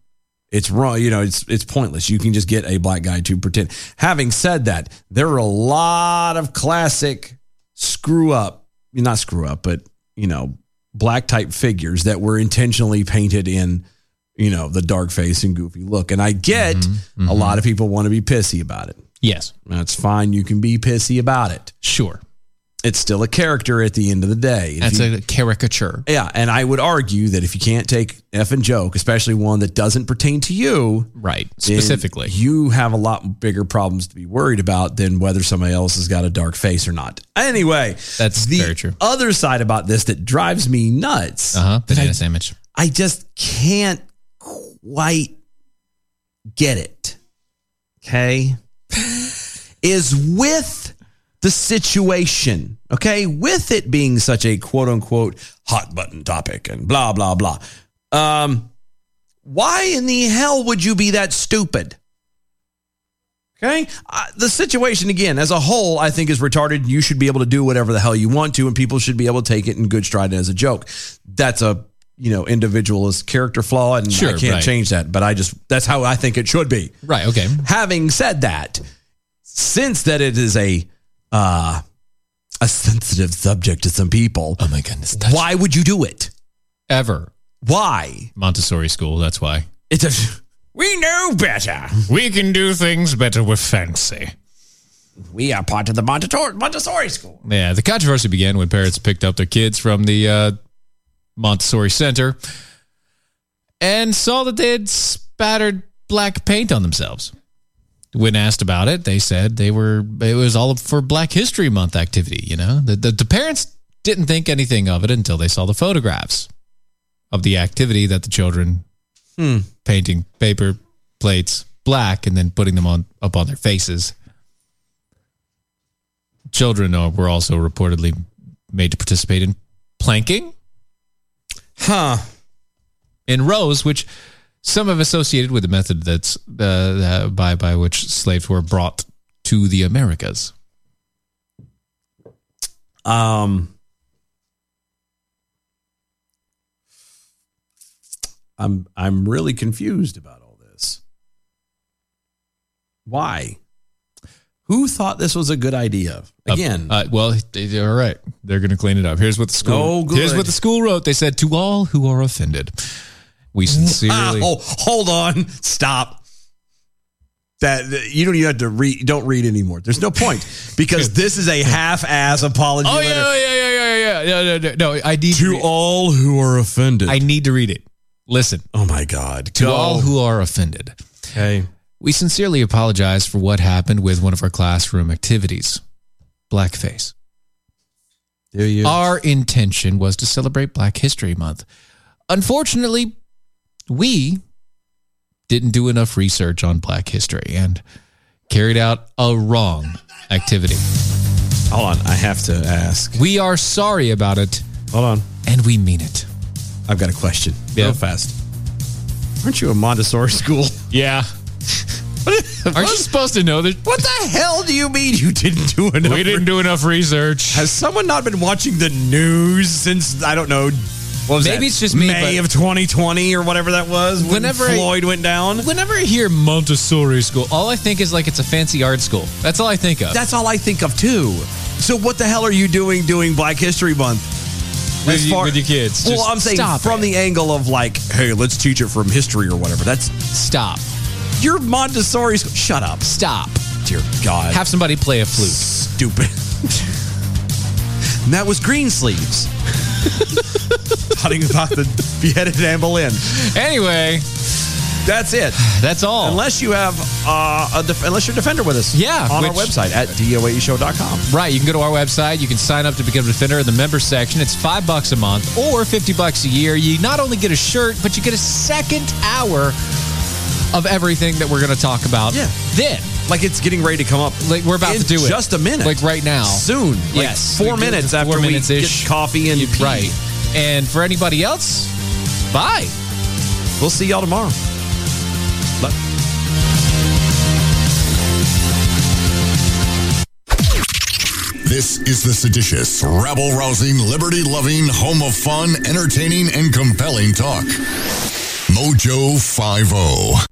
[SPEAKER 3] It's wrong. You know, it's it's pointless. You can just get a black guy to pretend. Having said that, there are a lot of classic screw up, not screw up, but you know, black type figures that were intentionally painted in, you know, the dark face and goofy look. And I get
[SPEAKER 2] Mm-hmm.
[SPEAKER 3] a lot of people want to be pissy about it.
[SPEAKER 2] Yes,
[SPEAKER 3] That's fine. You can be pissy about it.
[SPEAKER 2] sure.
[SPEAKER 3] It's still a character at the end of the day. If
[SPEAKER 2] That's
[SPEAKER 3] you-
[SPEAKER 2] a caricature.
[SPEAKER 3] yeah, and I would argue that if you can't take f and joke, especially one that doesn't pertain to you
[SPEAKER 2] Right.
[SPEAKER 3] then
[SPEAKER 2] Specifically.
[SPEAKER 3] you have a lot bigger problems to be worried about than whether somebody else has got a dark face or not. Anyway,
[SPEAKER 2] That's
[SPEAKER 3] the
[SPEAKER 2] very true.
[SPEAKER 3] other side about this that drives me nuts.
[SPEAKER 2] Uh huh.
[SPEAKER 3] that I
[SPEAKER 2] Banana sandwich.
[SPEAKER 3] I just can't quite get it. Okay. is with the situation. Okay. With it being such a quote unquote hot button topic and blah, blah, blah. Um, why in the hell would you be that stupid? Okay. Uh, the situation, again, as a whole, I think is retarded. You should be able to do whatever the hell you want to, and people should be able to take it in good stride and as a joke. That's a, you know, individualist character flaw, and I
[SPEAKER 2] Sure,
[SPEAKER 3] can't
[SPEAKER 2] right.
[SPEAKER 3] change that. But I just, that's how I think it should be.
[SPEAKER 2] Right. Okay.
[SPEAKER 3] Having said that, since that it is a, uh, a sensitive subject to some people,
[SPEAKER 2] Oh my goodness.
[SPEAKER 3] why would you do it?
[SPEAKER 2] Ever
[SPEAKER 3] Why?
[SPEAKER 2] Montessori school. That's why
[SPEAKER 3] It's a, we know better.
[SPEAKER 2] we can do things better with fancy.
[SPEAKER 3] We are part of the Montessori, Montessori school.
[SPEAKER 2] Yeah, the controversy began when parents picked up their kids from the uh, Montessori Center and saw that they had spattered black paint on themselves. When asked about it, they said they were it was all for Black History Month activity. You know, the, the, the parents didn't think anything of it until they saw the photographs of the activity that the children painting paper plates black and then putting them on up on their faces children are, were also reportedly made to participate in planking
[SPEAKER 3] Huh.
[SPEAKER 2] in rows, which some have associated with the method that's uh, uh, by by which slaves were brought to the Americas.
[SPEAKER 3] Um, I'm I'm really confused about all this. Why? Who thought this was a good idea?
[SPEAKER 2] Uh,
[SPEAKER 3] Again,
[SPEAKER 2] uh, well, they- they- all right, they're going to clean it up. Here's what the
[SPEAKER 3] Oh,
[SPEAKER 2] school.
[SPEAKER 3] good.
[SPEAKER 2] here's what the school wrote. They said to all who are offended, we sincerely.
[SPEAKER 3] oh, hold on, stop. That that- you don't even have to read. Don't read anymore. There's no point because this is a half-ass apology
[SPEAKER 2] Oh,
[SPEAKER 3] letter
[SPEAKER 2] yeah, yeah, yeah, yeah, yeah, yeah, yeah. No, no, no, I need to.
[SPEAKER 3] to
[SPEAKER 2] read-
[SPEAKER 3] all who are offended.
[SPEAKER 2] I need to read it. Listen,
[SPEAKER 3] oh my God!
[SPEAKER 2] to all who are offended.
[SPEAKER 3] okay.
[SPEAKER 2] We sincerely apologize for what happened with one of our classroom activities, blackface.
[SPEAKER 3] Do you?
[SPEAKER 2] Our intention was to celebrate Black History Month. Unfortunately, we didn't do enough research on Black history and carried out a wrong activity.
[SPEAKER 3] Hold on, I have to ask.
[SPEAKER 2] We are sorry about it.
[SPEAKER 3] Hold on.
[SPEAKER 2] And we mean it.
[SPEAKER 3] I've got a question. Real fast. Aren't you a Montessori school?
[SPEAKER 2] Yeah. Aren't you supposed to know that?
[SPEAKER 3] What the hell do you mean you didn't do enough?
[SPEAKER 2] We didn't do enough research.
[SPEAKER 3] Has someone not been watching the news since I don't know? What was
[SPEAKER 2] Maybe
[SPEAKER 3] that?
[SPEAKER 2] it's just me,
[SPEAKER 3] May
[SPEAKER 2] but-
[SPEAKER 3] of 2020 or whatever that was. When
[SPEAKER 2] Whenever I-
[SPEAKER 3] Floyd went down.
[SPEAKER 2] Whenever I hear Montessori school, all I think is like it's a fancy art school. That's all I think of.
[SPEAKER 3] That's all I think of too. So what the hell are you doing doing Black History Month?
[SPEAKER 2] With you- with your kids.
[SPEAKER 3] Well,
[SPEAKER 2] Just
[SPEAKER 3] I'm saying
[SPEAKER 2] stop
[SPEAKER 3] from the angle of like, hey, let's teach it from history or whatever. That's
[SPEAKER 2] stop.
[SPEAKER 3] Your Montessori school. Shut up.
[SPEAKER 2] Stop.
[SPEAKER 3] Dear God.
[SPEAKER 2] Have somebody play a flute.
[SPEAKER 3] Stupid. and that was Greensleeves. Talking about the beheaded Anne Boleyn.
[SPEAKER 2] Anyway,
[SPEAKER 3] that's it.
[SPEAKER 2] That's all.
[SPEAKER 3] Unless you have uh, a def- unless you're a defender with us.
[SPEAKER 2] Oh. Yeah,
[SPEAKER 3] On our
[SPEAKER 2] which-
[SPEAKER 3] website at doaeshow.com.
[SPEAKER 2] Right, you can go to our website. You can sign up to become a defender in the member section. It's five bucks a month or fifty bucks a year. You not only get a shirt, but you get a second hour of everything that we're going to talk about.
[SPEAKER 3] Yeah.
[SPEAKER 2] Then,
[SPEAKER 3] Like it's getting ready to come up.
[SPEAKER 2] like we're about
[SPEAKER 3] in
[SPEAKER 2] to do it
[SPEAKER 3] just a minute.
[SPEAKER 2] like right now,
[SPEAKER 3] Soon. Like
[SPEAKER 2] yes,
[SPEAKER 3] four
[SPEAKER 2] We give it
[SPEAKER 3] minutes
[SPEAKER 2] to
[SPEAKER 3] after
[SPEAKER 2] four
[SPEAKER 3] we
[SPEAKER 2] minutes-ish.
[SPEAKER 3] get coffee and
[SPEAKER 2] You-
[SPEAKER 3] pee.
[SPEAKER 2] right. And for anybody else, bye.
[SPEAKER 3] We'll see y'all tomorrow. Love-
[SPEAKER 11] This is the seditious, rabble rousing, liberty loving, home of fun, entertaining, and compelling talk. Mojo 50.